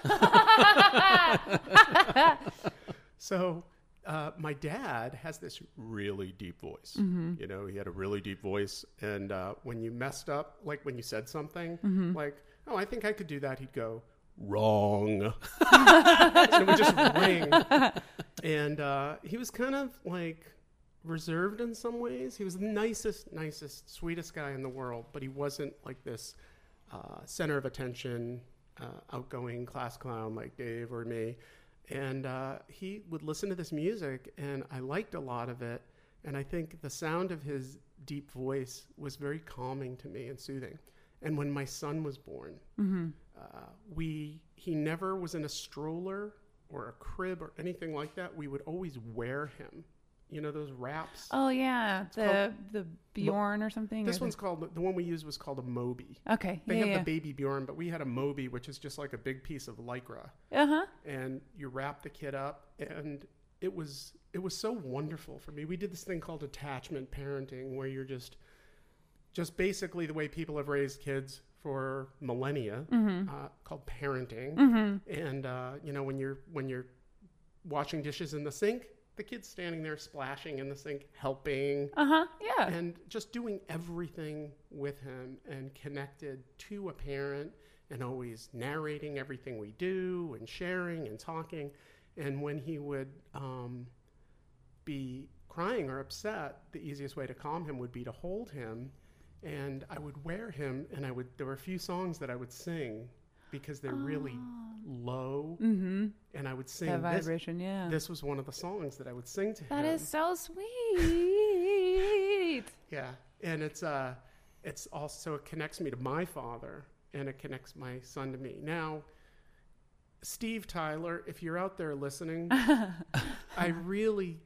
[SPEAKER 6] So uh, my dad has this really deep voice. You know, he had a really deep voice, and uh, when you messed up, like when you said something, like "Oh, I think I could do that," he'd go wrong, and it would just ring. And uh, he was kind of like reserved in some ways. He was the nicest, nicest, sweetest guy in the world, but he wasn't like this uh, center of attention, uh, outgoing class clown like Dave or me. And uh, he would listen to this music, and I liked a lot of it. And I think the sound of his deep voice was very calming to me and soothing. And when my son was born, uh, we he never was in a stroller or a crib or anything like that. We would always wear him. You know those wraps.
[SPEAKER 4] Oh yeah, the the Bjorn or something. or
[SPEAKER 6] this
[SPEAKER 4] the-
[SPEAKER 6] one's called the one we used was called a Moby.
[SPEAKER 4] okay.
[SPEAKER 6] They
[SPEAKER 4] yeah,
[SPEAKER 6] have
[SPEAKER 4] yeah.
[SPEAKER 6] the baby Bjorn, but we had a Moby, which is just like a big piece of lycra,
[SPEAKER 4] uh huh.
[SPEAKER 6] and you wrap the kid up, and it was it was so wonderful for me. We did this thing called attachment parenting, where you're just just basically the way people have raised kids for millennia, uh, called parenting. And uh, you know when you're when you're washing dishes in the sink, the kid's standing there splashing in the sink, helping
[SPEAKER 4] Uh huh. Yeah.
[SPEAKER 6] and just doing everything with him and connected to a parent and always narrating everything we do and sharing and talking. And when he would um, be crying or upset, the easiest way to calm him would be to hold him. And I would wear him, and I would. There were a few songs that I would sing because they're really low,
[SPEAKER 4] Ah. mm-hmm.
[SPEAKER 6] and I would sing.
[SPEAKER 4] That
[SPEAKER 6] this-
[SPEAKER 4] vibration. yeah.
[SPEAKER 6] This, was one of the songs that I would sing to him.
[SPEAKER 4] that is so sweet.
[SPEAKER 6] Yeah, and it's uh, it's also it connects me to my father, and it connects my son to me. Now, Steve Tyler, if you're out there listening, I really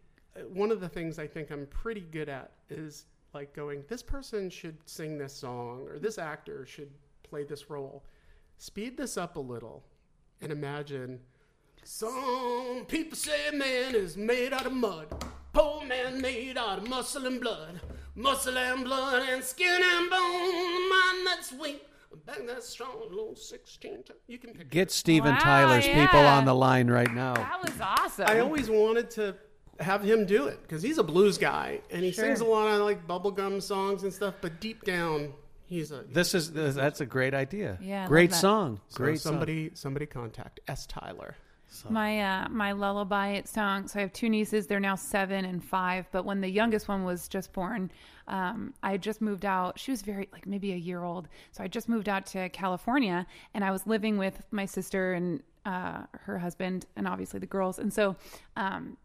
[SPEAKER 6] one of the things I think I'm pretty good at is like going, this person should sing this song, or this actor should play this role. Speed this up a little, and imagine. Some people say man is made out of mud. Poor man made out of muscle and blood. Muscle and blood and skin and bone. Mind that's weak. Back that's strong. Low 16. t- You can pick
[SPEAKER 5] Get Steven
[SPEAKER 4] Wow,
[SPEAKER 5] Tyler's people
[SPEAKER 4] yeah.
[SPEAKER 5] on the line right now.
[SPEAKER 4] That was awesome.
[SPEAKER 6] I always wanted to have him do it because he's a blues guy and he sings a lot of like bubblegum songs and stuff, but deep down, he's a.
[SPEAKER 5] This is that's a great idea.
[SPEAKER 4] Yeah, I love
[SPEAKER 5] great
[SPEAKER 4] that.
[SPEAKER 5] song.
[SPEAKER 6] So
[SPEAKER 5] Great song.
[SPEAKER 6] somebody, somebody contact S. Tyler.
[SPEAKER 4] My uh, my lullaby it song. So I have two nieces. They're now seven and five. But when the youngest one was just born, um, I had just moved out. She was very like maybe a year old. So I just moved out to California, and I was living with my sister and uh, her husband, and obviously the girls. And so. Um,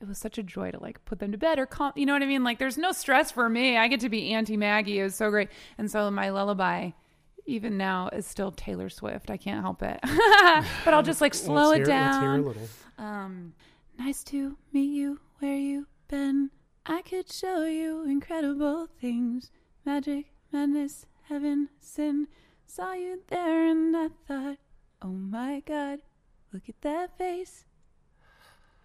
[SPEAKER 4] it was such a joy to like put them to bed or calm, you know what I mean? Like, there's no stress for me. I get to be Auntie Maggie. It was so great. And so, my lullaby, even now, is still Taylor Swift. I can't help it. *laughs* but I'll just like slow it down.
[SPEAKER 6] little.
[SPEAKER 4] Um, nice to meet you where you been. I could show you incredible things magic, madness, heaven, sin. Saw you there and I thought, oh my god, look at that face.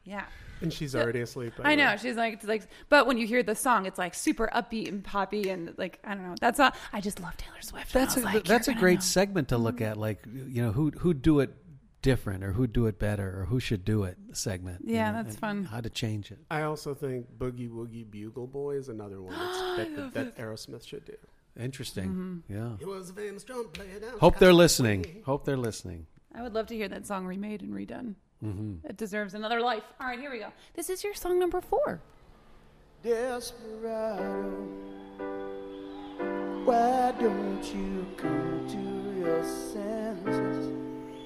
[SPEAKER 4] Yeah.
[SPEAKER 6] And she's already asleep. by
[SPEAKER 4] I
[SPEAKER 6] the way.
[SPEAKER 4] know. She's like, it's like, but when you hear the song, it's like super upbeat and poppy and like, I don't know. That's not, I just love Taylor Swift. and I
[SPEAKER 5] That's a,
[SPEAKER 4] was like,
[SPEAKER 5] that's a
[SPEAKER 4] "You're gonna Mm-hmm.
[SPEAKER 5] great
[SPEAKER 4] know."
[SPEAKER 5] segment to look at. Like you know who who do it different or who do it better or who should do it segment. you
[SPEAKER 4] Yeah,
[SPEAKER 5] know,
[SPEAKER 4] that's
[SPEAKER 5] and
[SPEAKER 4] fun.
[SPEAKER 5] How to change it.
[SPEAKER 6] I also think Boogie Woogie Bugle Boy is another one
[SPEAKER 5] *gasps*
[SPEAKER 6] that's, that, that, that Aerosmith should do.
[SPEAKER 5] Interesting.
[SPEAKER 4] Mm-hmm.
[SPEAKER 5] Yeah.
[SPEAKER 6] He was a famous drum player. down
[SPEAKER 5] Hope they're
[SPEAKER 6] Chicago.
[SPEAKER 5] listening. Hope they're listening.
[SPEAKER 4] I would love to hear that song remade and redone. It deserves another life. All right, here we go. This is your song number four.
[SPEAKER 8] Desperado, why don't you come to your senses?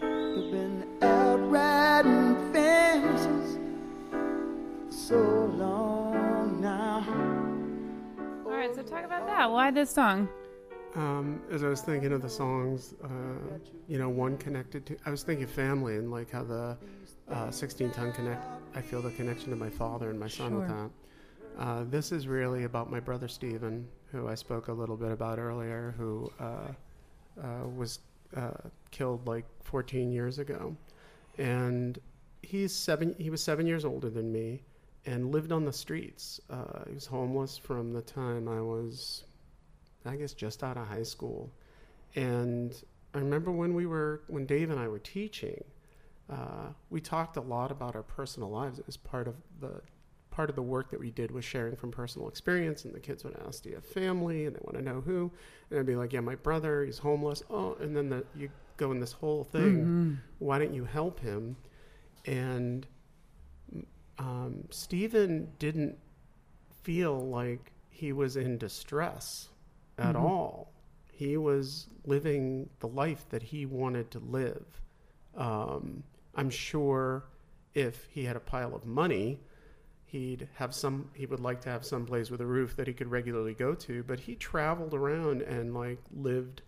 [SPEAKER 8] You've been out riding fences so long now.
[SPEAKER 4] All right, so talk about that. Why this song?
[SPEAKER 6] Um, as I was thinking of the songs, uh, you know, one connected to, I was thinking family and like how the uh, 16 ton connect, I feel the connection to my father and my son with
[SPEAKER 4] Sure.
[SPEAKER 6] that. Uh, this is really about my brother Stephen, who I spoke a little bit about earlier, who uh, uh, was uh, killed like 14 years ago. And he's seven, he was seven years older than me and lived on the streets. Uh, he was homeless from the time I was I guess just out of high school. And I remember when we were, when Dave and I were teaching, uh, we talked a lot about our personal lives. It was part of the part of the work that we did was sharing from personal experience. And the kids would ask, "Do you have family?" And they want to know who. And I'd be like, "Yeah, my brother. He's homeless." Oh, and then the, you go in this whole thing. Why don't you help him? And um, Stephen didn't feel like he was in distress at all. He was living the life that he wanted to live. Um, I'm sure if he had a pile of money, he'd have some. He would like to have some place with a roof that he could regularly go to. But he traveled around and like lived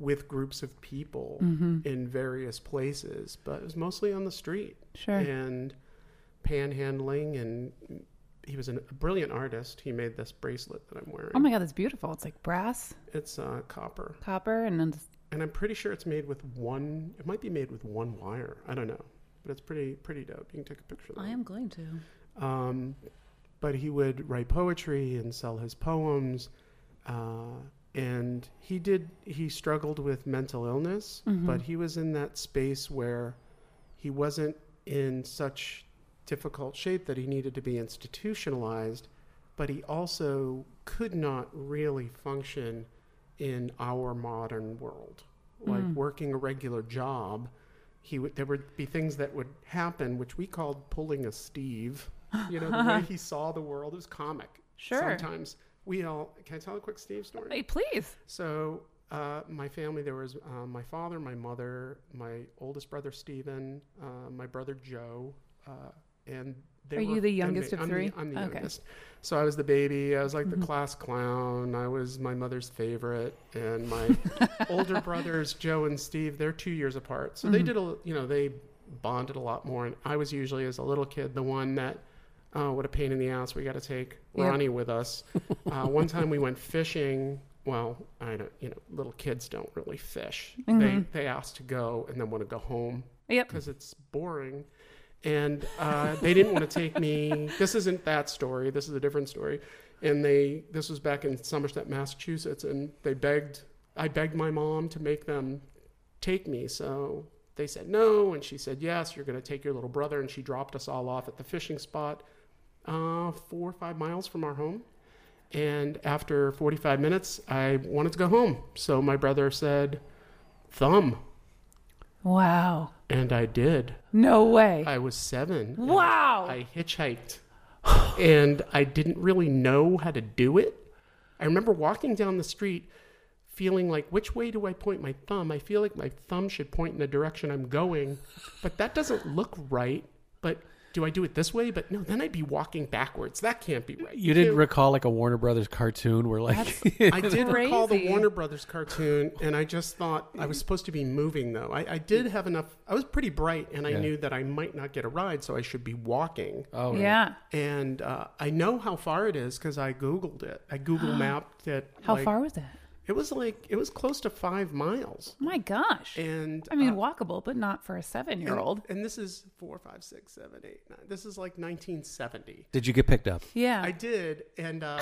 [SPEAKER 6] with groups of people in various places, but it was mostly on the street.
[SPEAKER 4] Sure.
[SPEAKER 6] And panhandling, and he was an, a brilliant artist. He made this bracelet that I'm wearing.
[SPEAKER 4] Oh my god, that's beautiful. It's like brass,
[SPEAKER 6] It's uh, copper.
[SPEAKER 4] copper, and then just-
[SPEAKER 6] and I'm pretty sure it's made with one. It might be made with one wire. I don't know, but it's pretty pretty dope. You can take a picture. Of that.
[SPEAKER 4] I am going to.
[SPEAKER 6] Um, but he would write poetry and sell his poems, uh, and he did. He struggled with mental illness, but he was in that space where he wasn't in such difficult shape that he needed to be institutionalized, but he also could not really function in our modern world. Like working a regular job, he would there would be things that would happen which we called pulling a Steve. You know, the way he saw the world it was comic.
[SPEAKER 4] Sure.
[SPEAKER 6] Sometimes we all can I tell a quick Steve story?
[SPEAKER 4] Hey, please.
[SPEAKER 6] So, uh, my family there was uh, my father, my mother, my oldest brother Stephen, uh, my brother Joe, uh, and they
[SPEAKER 4] Are you
[SPEAKER 6] were-
[SPEAKER 4] the
[SPEAKER 6] and
[SPEAKER 4] youngest
[SPEAKER 6] me.
[SPEAKER 4] of
[SPEAKER 6] I'm
[SPEAKER 4] three?
[SPEAKER 6] The, I'm the
[SPEAKER 4] Okay. Mm-hmm.
[SPEAKER 6] youngest. So I was the baby. I was like the class clown. I was my mother's favorite, and
[SPEAKER 4] *laughs*
[SPEAKER 6] my older brothers Joe and Steve. They're two years apart, so they
[SPEAKER 4] Mm-hmm.
[SPEAKER 6] did a you know they bonded a lot more. And I was usually as a little kid the one that. Oh, what a pain in the ass! We got to take
[SPEAKER 4] Yeah.
[SPEAKER 6] Ronnie with us. Uh, one time we went fishing. Well, I don't, you know, little kids don't really fish. They they ask to go and then want to go home
[SPEAKER 4] Yep.
[SPEAKER 6] because it's boring. And uh, they didn't want to take me. This isn't that story. This is a different story. And they this was back in Somerset, Massachusetts, and they begged. I begged my mom to make them take me. So they said no, and she said yes. You're going to take your little brother, and she dropped us all off at the fishing spot, uh, four or five miles from our home. And after 45 minutes, I wanted to go home. So my brother said, "Thumb,"
[SPEAKER 4] Wow.
[SPEAKER 6] and I did.
[SPEAKER 4] No way.
[SPEAKER 6] I was seven. and
[SPEAKER 4] Wow.
[SPEAKER 6] I hitchhiked, and I didn't really know how to do it. I remember walking down the street, feeling like, which way do I point my thumb? I feel like my thumb should point in the direction I'm going, but that doesn't look right. But do I do it this way? But no, then I'd be walking backwards. That can't be right.
[SPEAKER 1] You didn't recall like a Warner Brothers cartoon where like *laughs*
[SPEAKER 6] I did recall the
[SPEAKER 4] Crazy.
[SPEAKER 6] Warner Brothers cartoon, and I just thought I was supposed to be moving though. I, I did have enough. I was pretty bright, and I knew that I might not get a ride, so I should be walking.
[SPEAKER 1] oh
[SPEAKER 4] yeah.
[SPEAKER 6] And uh, I know how far it is because I Googled it.
[SPEAKER 4] *gasps*
[SPEAKER 6] I Google mapped it.
[SPEAKER 4] How
[SPEAKER 6] like-
[SPEAKER 4] far was that?
[SPEAKER 6] It was like it was close to five miles.
[SPEAKER 4] My gosh.
[SPEAKER 6] And
[SPEAKER 4] I mean,
[SPEAKER 6] uh,
[SPEAKER 4] walkable, but not for a
[SPEAKER 6] and-
[SPEAKER 4] seven-year-old.
[SPEAKER 6] And, this is four, five, six, seven, eight, nine. This is like 1970.
[SPEAKER 1] Did you get picked up?
[SPEAKER 4] Yeah.
[SPEAKER 6] I did, and uh,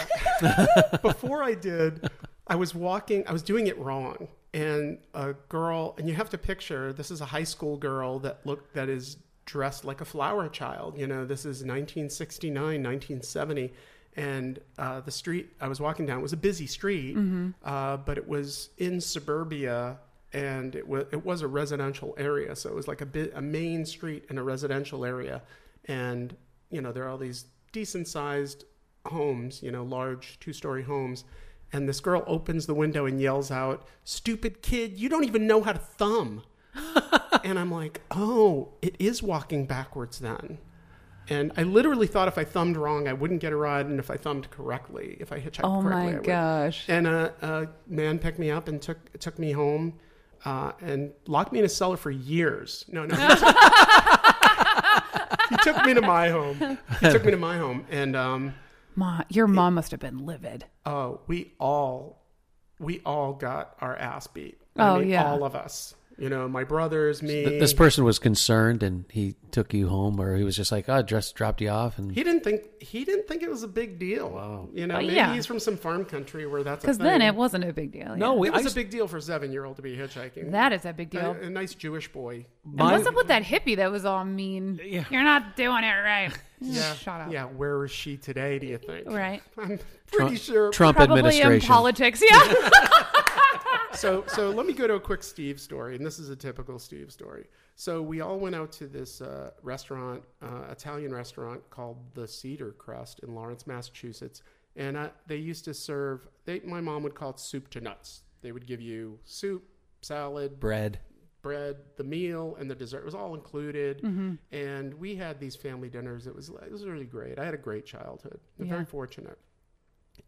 [SPEAKER 4] *laughs*
[SPEAKER 6] before I did, I was walking. I was doing it wrong, and a girl. And you have to picture this is a high school girl that look that is dressed like a flower child. You know, this is 1969, 1970, and uh, the street I was walking down was a busy street, uh, but it was in suburbia. And it was it was a residential area, so it was like a bit a main street in a residential area, and you know there are all these decent sized homes you know large two story homes and this girl opens the window and yells out stupid kid you don't even know how
[SPEAKER 4] *laughs*
[SPEAKER 6] to thumb and i'm like oh it is walking backwards then and i literally thought if i thumbed wrong i wouldn't get a ride and if i thumbed correctly if i hitchhiked
[SPEAKER 4] oh
[SPEAKER 6] correctly
[SPEAKER 4] my
[SPEAKER 6] I would.
[SPEAKER 4] gosh.
[SPEAKER 6] And a, a man picked me up and took took me home, uh, and locked me in a cellar for years. No, no. He
[SPEAKER 4] *laughs*
[SPEAKER 6] took, he took me to my home. He took me to my home, and um,
[SPEAKER 4] Ma, your mom must have been livid.
[SPEAKER 6] oh, we all we all got our ass beat.
[SPEAKER 4] Oh,
[SPEAKER 6] I mean,
[SPEAKER 4] yeah.
[SPEAKER 6] all of us. You know, my brothers, me.
[SPEAKER 1] Th- this person was concerned and he took you home or he was just like, oh, just dropped you off and
[SPEAKER 6] he didn't think he didn't think it was a big deal. You know,
[SPEAKER 4] Oh,
[SPEAKER 6] maybe
[SPEAKER 4] yeah.
[SPEAKER 6] he's from some farm country where that's
[SPEAKER 4] Because
[SPEAKER 6] because
[SPEAKER 4] then it wasn't a big deal.
[SPEAKER 1] No,
[SPEAKER 4] yeah.
[SPEAKER 1] we,
[SPEAKER 6] it was
[SPEAKER 1] I
[SPEAKER 6] a big deal for a seven year old to be hitchhiking.
[SPEAKER 4] that is a big
[SPEAKER 6] a,
[SPEAKER 4] deal.
[SPEAKER 6] a nice Jewish boy
[SPEAKER 4] and what's up with that hippie that was all mean? You're not doing it right.
[SPEAKER 6] *laughs* Yeah.
[SPEAKER 4] Shut up.
[SPEAKER 6] Yeah, where is she today, do you think?
[SPEAKER 4] Right.
[SPEAKER 6] *laughs* I'm pretty sure.
[SPEAKER 1] Trump
[SPEAKER 4] Probably in
[SPEAKER 1] administration.
[SPEAKER 4] politics. *laughs*
[SPEAKER 6] *laughs*
[SPEAKER 4] Yeah.
[SPEAKER 6] So, so let me go to a quick Steve story, and this is a typical Steve story. So we all went out to this uh, restaurant, uh, Italian restaurant called the Cedar Crust in Lawrence, Massachusetts, and I, they used to serve. They, my mom would call it soup to nuts. They would give you soup, salad,
[SPEAKER 1] bread.
[SPEAKER 6] bread, the meal, and the dessert. It was all included.
[SPEAKER 4] Mm-hmm.
[SPEAKER 6] And we had these family dinners. It was it was really great. I had a great childhood. I'm Very fortunate.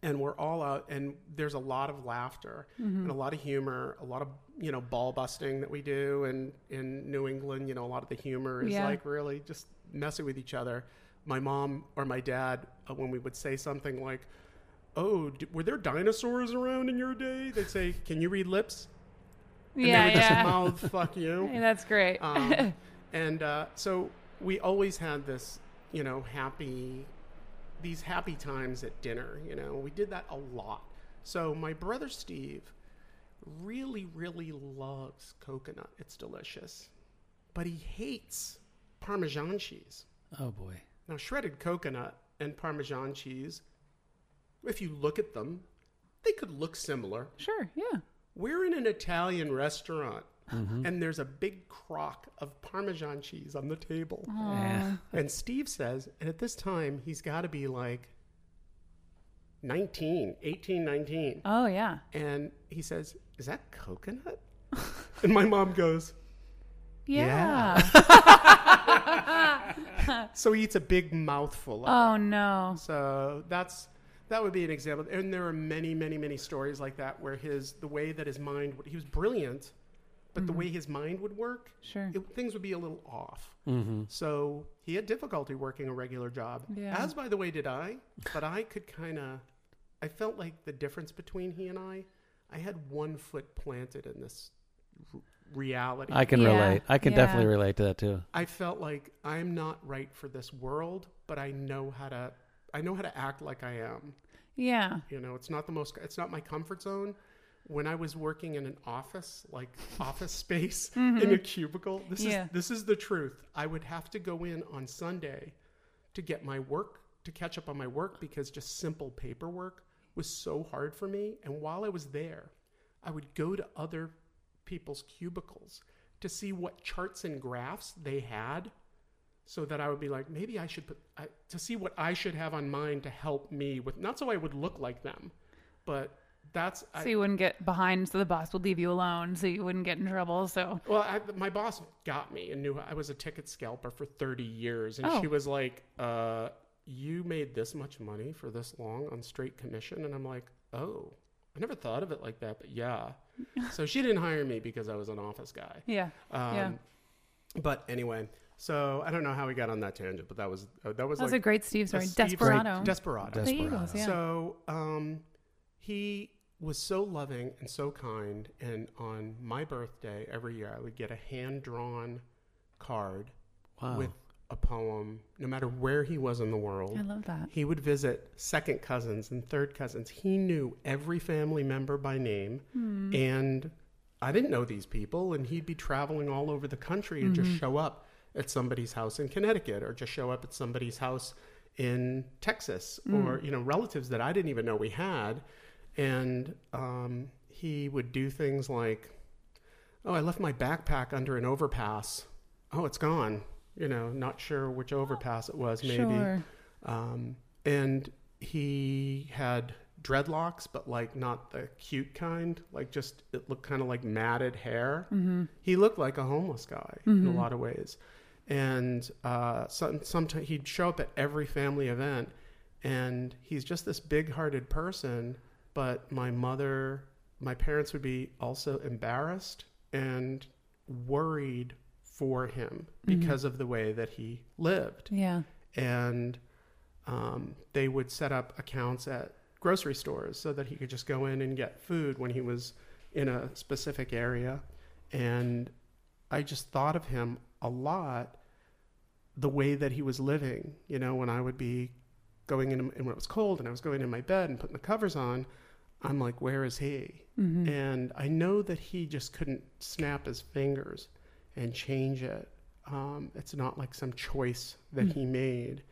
[SPEAKER 6] And we're all out, and there's a lot of laughter
[SPEAKER 4] Mm-hmm.
[SPEAKER 6] and a lot of humor, a lot of you know ball busting that we do. And in New England, you know, a lot of the humor is
[SPEAKER 4] Yeah.
[SPEAKER 6] like really just messing with each other. My mom or my dad, uh, when we would say something like, "Oh, d- were there dinosaurs around in your day?" They'd say, "Can you read lips?" And
[SPEAKER 4] yeah,
[SPEAKER 6] they would just
[SPEAKER 4] yeah.
[SPEAKER 6] mouth
[SPEAKER 4] *laughs*
[SPEAKER 6] "fuck you."
[SPEAKER 4] Hey, that's great.
[SPEAKER 6] Um, and uh, so we always had this, you know, happy, these happy times at dinner. You know, we did that a lot. So my brother Steve really, really loves coconut. It's delicious, but he hates Parmesan cheese.
[SPEAKER 1] Oh boy.
[SPEAKER 6] Now, shredded coconut and Parmesan cheese, if you look at them, they could look similar.
[SPEAKER 4] *laughs* sure, yeah.
[SPEAKER 6] We're in an Italian restaurant.
[SPEAKER 4] Mm-hmm.
[SPEAKER 6] And there's a big crock of Parmesan cheese on the table.
[SPEAKER 4] Oh.
[SPEAKER 1] Yeah.
[SPEAKER 6] And Steve says, and at this time, he's got to be like 19, 18, 19.
[SPEAKER 4] Oh, yeah.
[SPEAKER 6] And he says, Is
[SPEAKER 4] *laughs*
[SPEAKER 6] that coconut? and my mom goes,
[SPEAKER 4] Yeah.
[SPEAKER 6] So he eats a big mouthful of it.
[SPEAKER 4] oh, no.
[SPEAKER 6] So that's that would be an example. And there are many, many, many stories like that where his the way that his mind would, he was brilliant, but
[SPEAKER 4] Mm-hmm.
[SPEAKER 6] the way his mind would work,
[SPEAKER 4] Sure.
[SPEAKER 6] it, things would be a little off. So he had difficulty working a regular job.
[SPEAKER 4] Yeah.
[SPEAKER 6] As by the way, did I? But I could kind of, I felt like the difference between he and I, I had one foot planted in this r- reality.
[SPEAKER 1] I can
[SPEAKER 4] Yeah.
[SPEAKER 1] relate. I can
[SPEAKER 4] Yeah.
[SPEAKER 1] definitely relate to that too.
[SPEAKER 6] I felt like I'm not right for this world, but I know how to. I know how to act like I am.
[SPEAKER 4] Yeah.
[SPEAKER 6] You know, it's not the most, it's not my comfort zone. When I was working in an office, like *laughs* office space in a cubicle, this
[SPEAKER 4] Yeah.
[SPEAKER 6] is this is the truth. I would have to go in on Sunday to get my work to catch up on my work because just simple paperwork was so hard for me. And while I was there, I would go to other people's cubicles to see what charts and graphs they had so that I would be like, maybe I should put I, to see what I should have on mine to help me with. Not so I would look like them, but that's
[SPEAKER 4] So
[SPEAKER 6] I,
[SPEAKER 4] you wouldn't get behind, so the boss would leave you alone, so you wouldn't get in trouble. So
[SPEAKER 6] well. I, my boss got me and knew I was a ticket scalper for thirty years, and
[SPEAKER 4] Oh.
[SPEAKER 6] she was like, uh, "You made this much money for this long on straight commission," and I'm like, "Oh." I never thought of it like that,
[SPEAKER 4] *laughs*
[SPEAKER 6] but yeah. So she didn't hire me because I was an office guy.
[SPEAKER 4] yeah, yeah,
[SPEAKER 6] Um, But anyway, so I don't know how we got on that tangent, but that was uh, that was
[SPEAKER 4] that's
[SPEAKER 6] like
[SPEAKER 4] a great Steve story.
[SPEAKER 6] a Steve-
[SPEAKER 4] Desperado,
[SPEAKER 6] Desperado.
[SPEAKER 4] the Eagles, yeah,
[SPEAKER 6] So um, he was so loving and so kind. And on my birthday every year, I would get a hand drawn card
[SPEAKER 1] Wow.
[SPEAKER 6] with a poem, no matter where he was in the world.
[SPEAKER 4] I love that.
[SPEAKER 6] He would visit second cousins and third cousins. He knew every family member by name.
[SPEAKER 4] Hmm.
[SPEAKER 6] And I didn't know these people. And he'd be traveling all over the country and
[SPEAKER 4] Mm-hmm.
[SPEAKER 6] just show up at somebody's house in Connecticut or just show up at somebody's house in Texas
[SPEAKER 4] Mm.
[SPEAKER 6] or, you know, relatives that I didn't even know we had. And um, he would do things like, oh, I left my backpack under an overpass. Oh, it's gone. You know, not sure which overpass it was, maybe.
[SPEAKER 4] Sure.
[SPEAKER 6] Um, and he had dreadlocks, but like not the cute kind. Like just it looked kind of like matted hair. He looked like a homeless guy in a lot of ways. And uh, some, sometimes he'd show up at every family event, and he's just this big-hearted person. But my mother, my parents would be also embarrassed and worried for him because of the way that he lived
[SPEAKER 4] yeah,
[SPEAKER 6] and um, they would set up accounts at grocery stores so that he could just go in and get food when he was in a specific area. And I just thought of him a lot the way that he was living, you know, when I would be going in and when it was cold and I was going in my bed and putting the covers on, I'm like, where is he? And I know that he just couldn't snap his fingers and change it. Um, it's not like some choice that he made,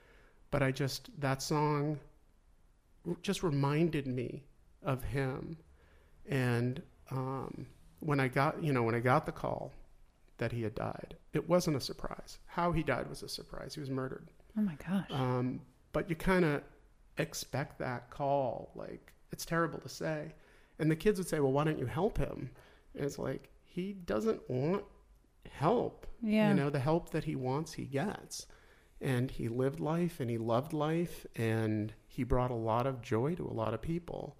[SPEAKER 6] but I just, that song r- just reminded me of him. And um, when I got, you know, when I got the call that he had died, it wasn't a surprise. How he died was a surprise. He was murdered.
[SPEAKER 4] oh my gosh,
[SPEAKER 6] Um, but you kind of expect that call. Like, it's terrible to say. And the kids would say, Well, why don't you help him? And it's like, he doesn't want help.
[SPEAKER 4] Yeah.
[SPEAKER 6] You know, the help that he wants, he gets. And he lived life and he loved life and he brought a lot of joy to a lot of people.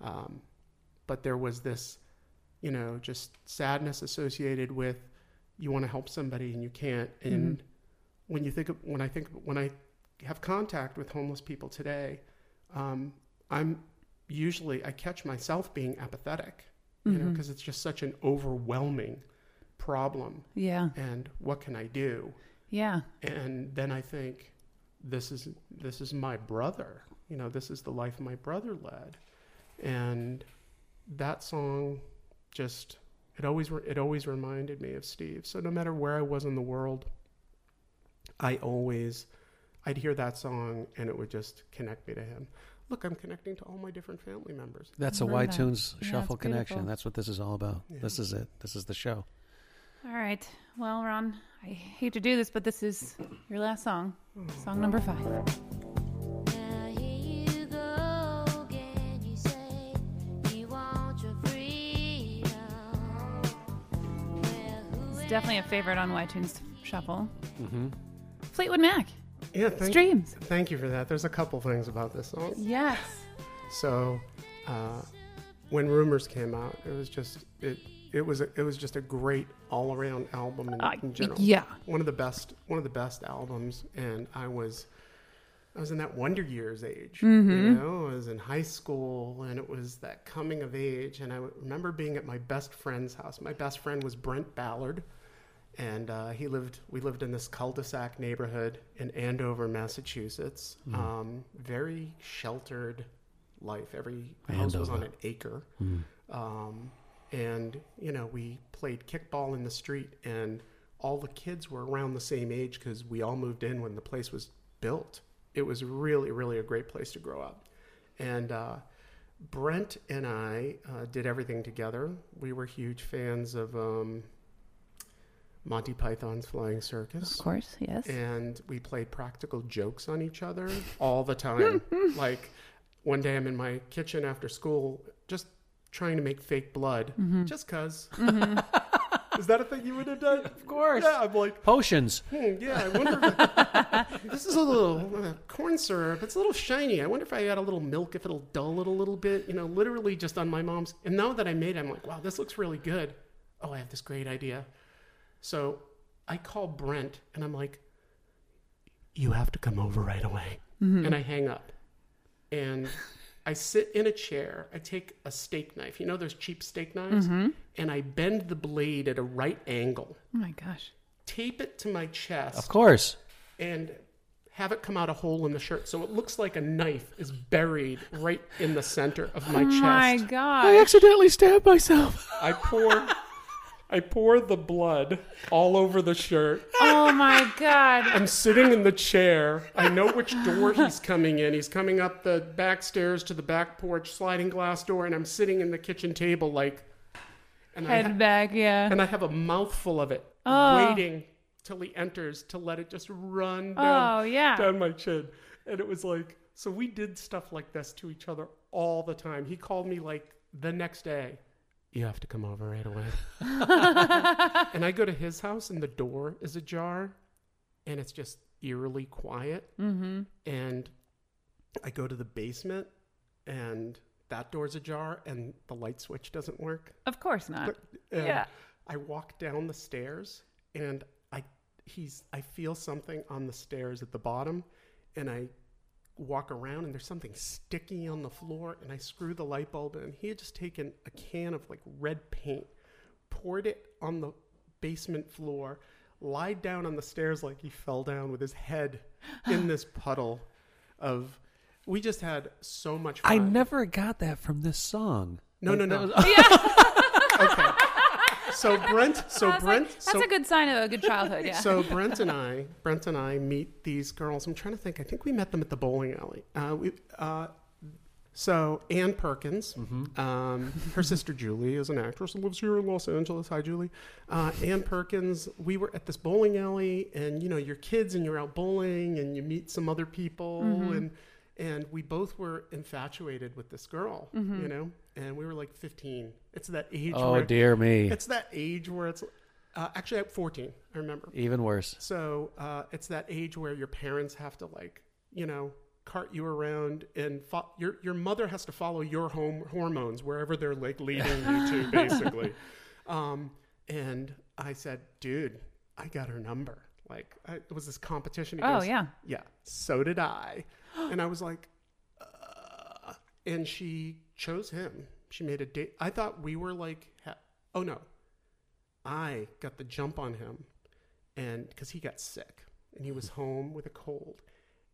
[SPEAKER 6] Um, but there was this, you know, just sadness associated with you want to help somebody and you can't. And
[SPEAKER 4] Mm-hmm.
[SPEAKER 6] when you think of, when I think, when I have contact with homeless people today, um, I'm usually, I catch myself being apathetic, you know, because it's just such an overwhelming problem
[SPEAKER 4] Yeah.
[SPEAKER 6] and what can I do?
[SPEAKER 4] Yeah.
[SPEAKER 6] And then I think this is this is my brother. You know, this is the life my brother led. And that song just it always re- it always reminded me of Steve. So no matter where I was in the world, I always I'd hear that song and it would just connect me to him. Look, I'm connecting to all my different family members.
[SPEAKER 1] That's a
[SPEAKER 4] Love that.
[SPEAKER 1] Y-Tunes
[SPEAKER 4] Yeah,
[SPEAKER 1] Shuffle
[SPEAKER 4] it's
[SPEAKER 1] connection.
[SPEAKER 4] beautiful.
[SPEAKER 1] That's what this is all about. This is it. This is the show.
[SPEAKER 4] All right. Well, Ron, I hate to do this, but this is your last song,
[SPEAKER 6] Hmm.
[SPEAKER 4] song number five.
[SPEAKER 11] Now here you go again. You say you want your freedom. Well, who
[SPEAKER 4] It's definitely a favorite on iTunes Shuffle.
[SPEAKER 6] Mm-hmm.
[SPEAKER 4] Fleetwood Mac.
[SPEAKER 6] Yeah, thank,
[SPEAKER 4] Streams.
[SPEAKER 6] Thank you for that. There's a couple things about this song.
[SPEAKER 4] Yes.
[SPEAKER 6] So, uh, when rumors came out, it was just it. It was a, it was just a great all around album in,
[SPEAKER 4] Uh,
[SPEAKER 6] in general.
[SPEAKER 4] yeah.
[SPEAKER 6] one of the best one of the best albums, and I was I was in that Wonder Years age. You know, I was in high school, and it was that coming of age. And I w- remember being at my best friend's house. My best friend was Brent Ballard, and uh, he lived. We lived in this cul-de-sac neighborhood in Andover, Massachusetts. Um, very sheltered life. Every house was on an acre. Um, and you know, we played kickball in the street, and all the kids were around the same age because we all moved in when the place was built. It was really, really a great place to grow up. And uh, Brent and I uh, did everything together. We were huge fans of um, Monty Python's Flying Circus
[SPEAKER 4] Of course. Yes.
[SPEAKER 6] and we played practical jokes on each other all the time. like one day I'm in my kitchen after school just trying to make fake blood just because. Is that a thing you would have done? Of
[SPEAKER 1] course.
[SPEAKER 6] Yeah, I'm like,
[SPEAKER 1] Potions.
[SPEAKER 6] hmm, yeah, I wonder if this is a little uh, corn syrup. It's a little shiny. I wonder if I add a little milk, if it'll dull it a little bit. You know, literally just on my mom's. And now that I made it, I'm like, wow, this looks really good. Oh, I have this great idea. So I call Brent and I'm like, you have to come over right away. And I hang up. And I sit in a chair. I take a steak knife. You know those cheap steak knives? And I bend the blade at a right angle,
[SPEAKER 4] oh my gosh.
[SPEAKER 6] tape it to my chest,
[SPEAKER 1] Of course.
[SPEAKER 6] and have it come out a hole in the shirt. So it looks like a knife is buried right in the center of my chest.
[SPEAKER 4] Oh My gosh.
[SPEAKER 6] *laughs*
[SPEAKER 1] accidentally stabbed myself.
[SPEAKER 6] I pour I pour the blood all over the shirt.
[SPEAKER 4] Oh my
[SPEAKER 6] *laughs*
[SPEAKER 4] god.
[SPEAKER 6] I'm sitting in the chair. I know which door he's coming in. He's coming up the back stairs to the back porch, sliding glass door, and I'm sitting in the kitchen table like and I,
[SPEAKER 4] Head back. Yeah. Oh.
[SPEAKER 6] and I have a mouthful of it waiting till he enters to let it just run down,
[SPEAKER 4] Oh yeah.
[SPEAKER 6] down my chin. And it was like so we did stuff like this to each other all the time. He called me like the next day. You have to come over right
[SPEAKER 4] *laughs*
[SPEAKER 6] away. and I go to his house and the door is ajar and it's just eerily quiet.
[SPEAKER 4] Mm-hmm.
[SPEAKER 6] And I go to the basement and that door's ajar and the light switch doesn't work.
[SPEAKER 4] Of course not.
[SPEAKER 6] And
[SPEAKER 4] Yeah.
[SPEAKER 6] I walk down the stairs and I he's I feel something on the stairs at the bottom and I walk around and there's something sticky on the floor and I screw the light bulb in. He had just taken a can of like red paint, poured it on the basement floor, lied down on the stairs like he fell down with his head
[SPEAKER 4] *gasps*
[SPEAKER 6] in this puddle of we just had so much fun.
[SPEAKER 1] I never got that from this song.
[SPEAKER 6] No, no, no. okay. So
[SPEAKER 4] *laughs*
[SPEAKER 6] Brent, so
[SPEAKER 4] I was like,
[SPEAKER 6] Brent,
[SPEAKER 4] that's
[SPEAKER 6] so,
[SPEAKER 4] a good sign of a good
[SPEAKER 6] *laughs*
[SPEAKER 4] childhood. Yeah.
[SPEAKER 6] so Brent and I, Brent and I meet these girls. I'm trying to think. I think we met them at the bowling alley. Uh, we, uh, so Ann Perkins,
[SPEAKER 1] Mm-hmm.
[SPEAKER 6] um, her sister Julie is an actress and lives here in Los Angeles. Hi, Julie. Uh, Ann Perkins. We were at this bowling alley, and you know, you're kids, and you're out bowling, and you meet some other people, and and we both were infatuated with this girl, you know, and we were like 15. It's that age.
[SPEAKER 1] Oh
[SPEAKER 6] where
[SPEAKER 1] dear me.
[SPEAKER 6] it's that age where it's Uh, actually, I'm 14. I remember.
[SPEAKER 1] Even worse.
[SPEAKER 6] So uh, it's that age where your parents have to like, you know, cart you around, and fo- your your mother has to follow your home hormones wherever they're like leading you to, basically. Um, and I said, dude, I got her number. Like I, it was this competition. He
[SPEAKER 4] Oh,
[SPEAKER 6] goes,
[SPEAKER 4] yeah.
[SPEAKER 6] yeah. So did I, and I was like, uh, and she chose him. She made a date. I thought we were like, ha- oh no, I got the jump on him, and because he got sick and he was home with a cold,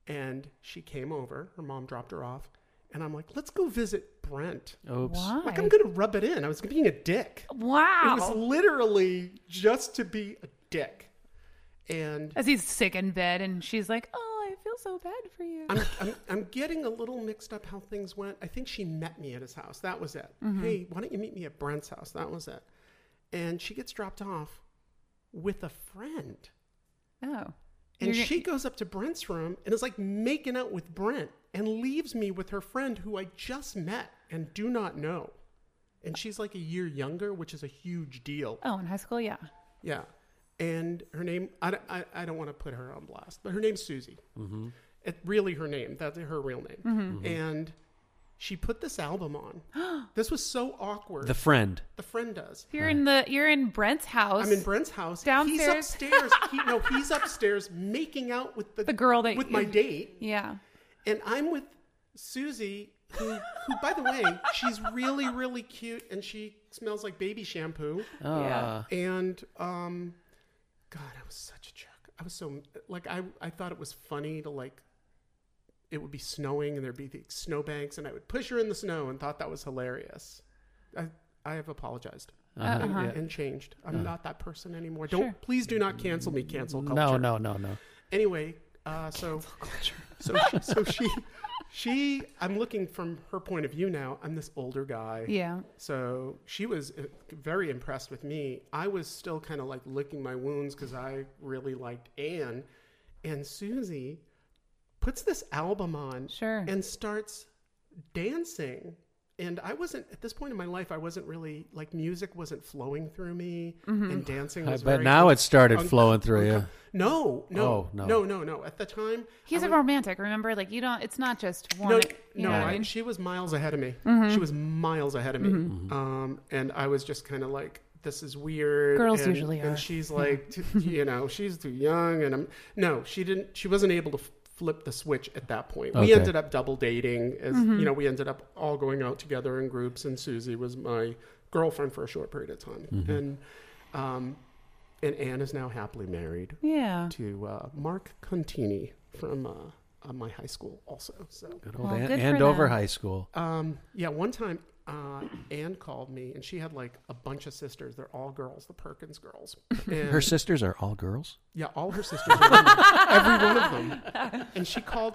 [SPEAKER 6] and she came over. Her mom dropped her off, and I'm like, let's go visit Brent.
[SPEAKER 1] Oops.
[SPEAKER 4] Why?
[SPEAKER 6] Like I'm gonna rub it in. I was being a dick.
[SPEAKER 4] wow.
[SPEAKER 6] It was literally just to be a dick. And
[SPEAKER 4] As he's sick in bed, and she's like, "Oh, I feel so bad for you."
[SPEAKER 6] I'm, I'm, I'm getting a little mixed up how things went. I think she met me at his house. That was it. Hey, why don't you meet me at Brent's house? That was it. And she gets dropped off with a friend.
[SPEAKER 4] Oh,
[SPEAKER 6] And
[SPEAKER 4] You're-
[SPEAKER 6] she goes up to Brent's room and is like making out with Brent and leaves me with her friend who I just met and do not know. And she's like a year younger, which is a huge deal.
[SPEAKER 4] Oh, in high school, yeah.
[SPEAKER 6] Yeah. And her name, I, don't- I, I don't want to put her on blast, but her name's Susie. Mm-hmm. It, really her name. That's her real name.
[SPEAKER 4] Mm-hmm.
[SPEAKER 1] Mm-hmm.
[SPEAKER 6] And she put this
[SPEAKER 4] *gasps*
[SPEAKER 6] album on. this was so awkward.
[SPEAKER 1] The friend.
[SPEAKER 6] the friend does.
[SPEAKER 4] You're in the you're in Brent's house.
[SPEAKER 6] I'm in Brent's house.
[SPEAKER 4] Downstairs. *laughs*
[SPEAKER 6] He's upstairs. he, no, he's upstairs making out with the,
[SPEAKER 4] The girl that
[SPEAKER 6] with
[SPEAKER 4] you-
[SPEAKER 6] my date
[SPEAKER 4] yeah.
[SPEAKER 6] and I'm with Susie, who, who by the way, she's really, really cute, and she smells like baby shampoo.
[SPEAKER 1] Yeah.
[SPEAKER 6] And um, God, I was such a jerk. I was so like I I thought it was funny to like. It would be snowing, and there'd be the snowbanks, and I would push her in the snow, and thought that was hilarious. I I have apologized.
[SPEAKER 1] Uh-huh.
[SPEAKER 6] And, and changed. I'm not that person anymore. Don't please do not cancel me. Cancel culture
[SPEAKER 1] No, no, no, no.
[SPEAKER 6] anyway, uh, so so she, *laughs* so she she I'm looking from her point of view now. I'm this older guy.
[SPEAKER 4] Yeah.
[SPEAKER 6] So she was uh, very impressed with me. I was still kind of like licking my wounds because I really liked Anne, and Susie puts this album on
[SPEAKER 4] Sure.
[SPEAKER 6] and starts dancing. And I wasn't at this point in my life. I wasn't really like music wasn't flowing through me,
[SPEAKER 4] Mm-hmm.
[SPEAKER 6] and dancing.
[SPEAKER 1] I
[SPEAKER 6] Was
[SPEAKER 1] bet
[SPEAKER 6] very
[SPEAKER 1] Uh, now it started
[SPEAKER 6] uncom-
[SPEAKER 1] flowing through you.
[SPEAKER 6] no, no,
[SPEAKER 1] Oh, no.
[SPEAKER 6] no, no, no, At the time,
[SPEAKER 4] He's
[SPEAKER 6] I
[SPEAKER 4] a
[SPEAKER 6] was-
[SPEAKER 4] romantic, remember? Like you don't it's not just one
[SPEAKER 6] no,
[SPEAKER 4] you
[SPEAKER 6] no.
[SPEAKER 4] know what
[SPEAKER 6] I-
[SPEAKER 4] I mean?
[SPEAKER 6] she was miles ahead of me. She was miles ahead of me. Um, and I was just kind of like, this is weird.
[SPEAKER 4] Girls
[SPEAKER 6] and,
[SPEAKER 4] usually are.
[SPEAKER 6] And she's like, t- you know, she's too young, and I'm no. She didn't. She wasn't able to f- flip the switch at that point.
[SPEAKER 1] Okay.
[SPEAKER 6] We ended up double dating. As you know, we ended up all going out together in groups, and Susie was my girlfriend for a short period of time, and um, and Anne is now happily married
[SPEAKER 4] Yeah.
[SPEAKER 6] to uh, Mark Contini from uh, uh, my high school also. So
[SPEAKER 1] Good old
[SPEAKER 4] Well,
[SPEAKER 1] An-
[SPEAKER 4] good for
[SPEAKER 1] Andover
[SPEAKER 4] them.
[SPEAKER 1] High School.
[SPEAKER 6] um, yeah, one time uh, Anne called me and she had like a bunch of sisters. They're all girls, the Perkins girls. And,
[SPEAKER 1] Her sisters are all girls.
[SPEAKER 6] yeah, all her sisters, are women, every one of them. And she called.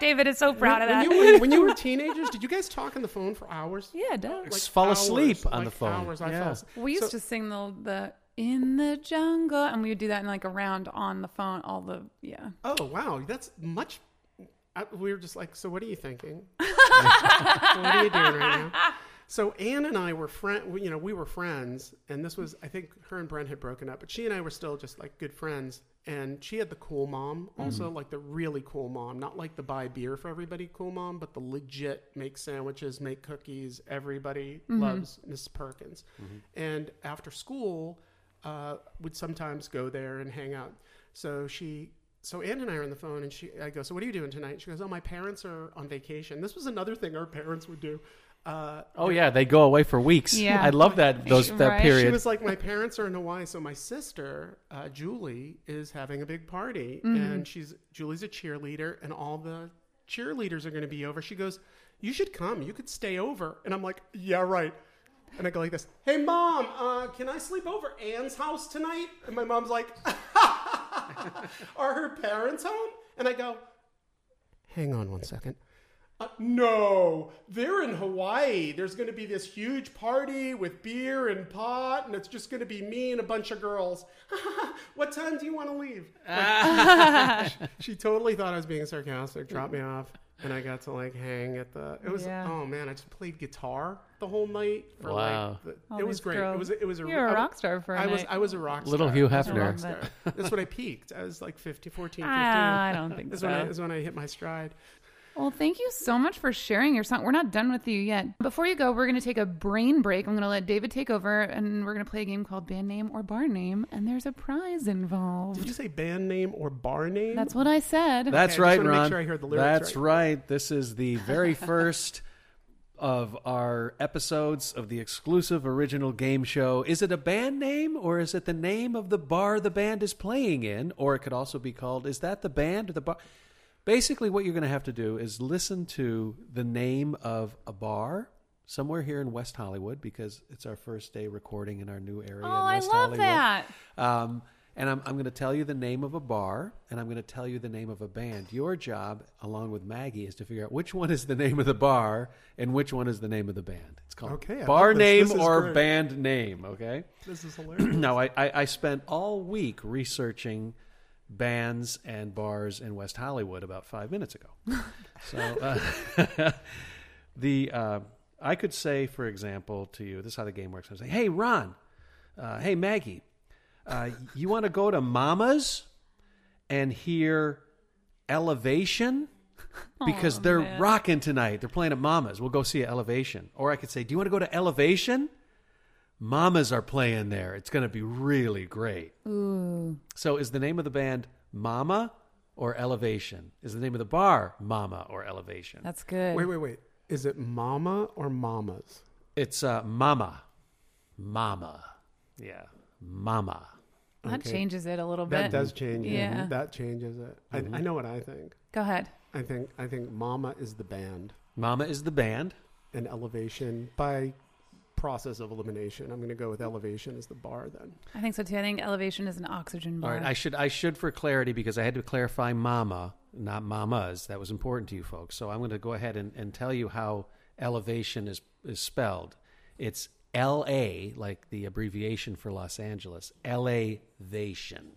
[SPEAKER 4] David is so proud of
[SPEAKER 6] when,
[SPEAKER 4] that.
[SPEAKER 6] you, were- when you were teenagers, did you guys talk on the phone for hours?
[SPEAKER 4] yeah, duh.
[SPEAKER 6] Like
[SPEAKER 1] fall asleep
[SPEAKER 6] hours,
[SPEAKER 1] on
[SPEAKER 6] like
[SPEAKER 1] the phone.
[SPEAKER 6] Hours, I
[SPEAKER 1] Yeah.
[SPEAKER 6] fell asleep.
[SPEAKER 4] *laughs* We used to sing the the in the jungle and we would do that in like a round on the phone, all the yeah.
[SPEAKER 6] Oh wow, that's much. I, we were just like, so what are you
[SPEAKER 1] *laughs*
[SPEAKER 6] thinking? what are you doing right now? So Anne and I were friend, you know, we were friends, and this was, I think, her and Brent had broken up, but she and I were still just like good friends. And she had the cool mom, also like the really cool mom, not like the buy beer for everybody cool mom, but the legit make sandwiches, make cookies. Everybody loves Miss Perkins. And after school, uh, would sometimes go there and hang out. So she so Ann and I are on the phone, and she, I go, "So what are you doing tonight?" She goes, "Oh, my parents are on vacation." This was another thing our parents would do. Uh,
[SPEAKER 1] Oh yeah, they go away for weeks. *laughs*
[SPEAKER 4] Yeah.
[SPEAKER 1] I love that those that
[SPEAKER 4] Right.
[SPEAKER 1] period.
[SPEAKER 6] she was like, "My parents are in Hawaii, so my sister uh, Julie is having a big party, and she's Julie's a cheerleader, and all the cheerleaders are going to be over." She goes, "You should come. You could stay over." And I'm like, "Yeah, right." And I go like this, "Hey, mom, uh, can I sleep over Anne's house tonight?" And my mom's like, *laughs* "Are her parents home?" And I go, "Hang on one second. Uh, no, they're in Hawaii. There's going to be this huge party with beer and pot, and it's just going to be me and a bunch of girls. *laughs* what
[SPEAKER 4] *laughs*
[SPEAKER 6] time do you want to leave? Like, she, she totally thought I was being sarcastic, dropped me off. and I got to like hang at the. It was
[SPEAKER 4] Yeah.
[SPEAKER 6] oh man, I just played guitar the whole night. For
[SPEAKER 1] Wow.
[SPEAKER 6] like, the,
[SPEAKER 4] All
[SPEAKER 6] it was
[SPEAKER 4] these
[SPEAKER 6] great.
[SPEAKER 4] girls.
[SPEAKER 6] It was it was a.
[SPEAKER 4] You were a
[SPEAKER 6] I-
[SPEAKER 4] rock star for a
[SPEAKER 6] I was
[SPEAKER 4] night.
[SPEAKER 6] I was a rock star.
[SPEAKER 1] Little Hugh
[SPEAKER 6] I was a
[SPEAKER 1] Hefner.
[SPEAKER 6] rock star. That's when I peaked. I was like 50, 14, 15.
[SPEAKER 4] Ah, I don't think
[SPEAKER 6] That's when I,
[SPEAKER 4] so.
[SPEAKER 6] that's when I hit my stride.
[SPEAKER 4] Well, thank you so much for sharing your song. We're not done with you yet. Before you go, we're going to take a brain break. I'm going to let David take over, and we're going to play a game called Band Name or Bar Name, and there's a prize
[SPEAKER 6] Did
[SPEAKER 4] involved.
[SPEAKER 6] you say band name or bar name?
[SPEAKER 4] That's what I said.
[SPEAKER 5] That's
[SPEAKER 6] Okay, I just
[SPEAKER 5] right,
[SPEAKER 6] wanna make
[SPEAKER 5] Ron.
[SPEAKER 6] sure I heard the lyrics
[SPEAKER 5] That's
[SPEAKER 6] right.
[SPEAKER 5] right. This is
[SPEAKER 6] *laughs*
[SPEAKER 5] the very first of our episodes of the exclusive original game show. Is it a band name or is it the name of the bar the band is playing in? Or it could also be called Is that the band or the bar? Basically, what you're going to have to do is listen to the name of a bar somewhere here in West Hollywood because it's our first day recording in our new area. in
[SPEAKER 4] oh, I
[SPEAKER 5] West
[SPEAKER 4] love
[SPEAKER 5] Hollywood.
[SPEAKER 4] that.
[SPEAKER 5] Um, and I'm, I'm going to tell you the name of a bar, and I'm going to tell you the name of a band. Your job, along with Maggie, is to figure out which one is the name of the bar and which one is the name of the band. It's called
[SPEAKER 6] Okay, I love
[SPEAKER 5] bar
[SPEAKER 6] this.
[SPEAKER 5] name
[SPEAKER 6] This is
[SPEAKER 5] or
[SPEAKER 6] great.
[SPEAKER 5] band name. Okay. *clears throat*
[SPEAKER 6] This is hilarious.
[SPEAKER 5] now I, I, I spent all week researching bands and bars in West Hollywood about five minutes ago.
[SPEAKER 6] *laughs*
[SPEAKER 5] so uh, *laughs* the uh, I could say, for example, to you, this is how the game works. I say, "Hey, Ron, uh, hey Maggie, uh, you want to go to Mama's and hear
[SPEAKER 4] *laughs*
[SPEAKER 5] Elevation?"
[SPEAKER 4] Oh,
[SPEAKER 5] Because they're rocking tonight. They're playing at Mama's. We'll go see Elevation. Or I could say, Do you want to go to Elevation? Mamas are playing there. It's going to be really great.
[SPEAKER 4] Ooh.
[SPEAKER 5] So, is the name of the band Mama or Elevation? Is the name of the bar Mama or Elevation?
[SPEAKER 4] That's good.
[SPEAKER 6] Wait, wait, wait. Is it mama or mamas?
[SPEAKER 5] it's uh, Mama. Mama. Yeah. Mama.
[SPEAKER 4] that
[SPEAKER 6] okay.
[SPEAKER 4] changes it a little bit.
[SPEAKER 6] That does change. it.
[SPEAKER 4] Yeah.
[SPEAKER 6] That changes it. I, I know what I think.
[SPEAKER 4] Go ahead.
[SPEAKER 6] I think I think mama is the band
[SPEAKER 5] Mama is the band.
[SPEAKER 6] and elevation by process of elimination. I'm going to go with elevation as the bar then.
[SPEAKER 4] I think so too. I think elevation is an oxygen
[SPEAKER 5] All
[SPEAKER 4] bar.
[SPEAKER 5] right, I should I should for clarity because I had to clarify mama, not mamas. That was important to you folks. So I'm going to go ahead and, and tell you how elevation is is spelled. It's L A, like the abbreviation for Los Angeles. Elevation.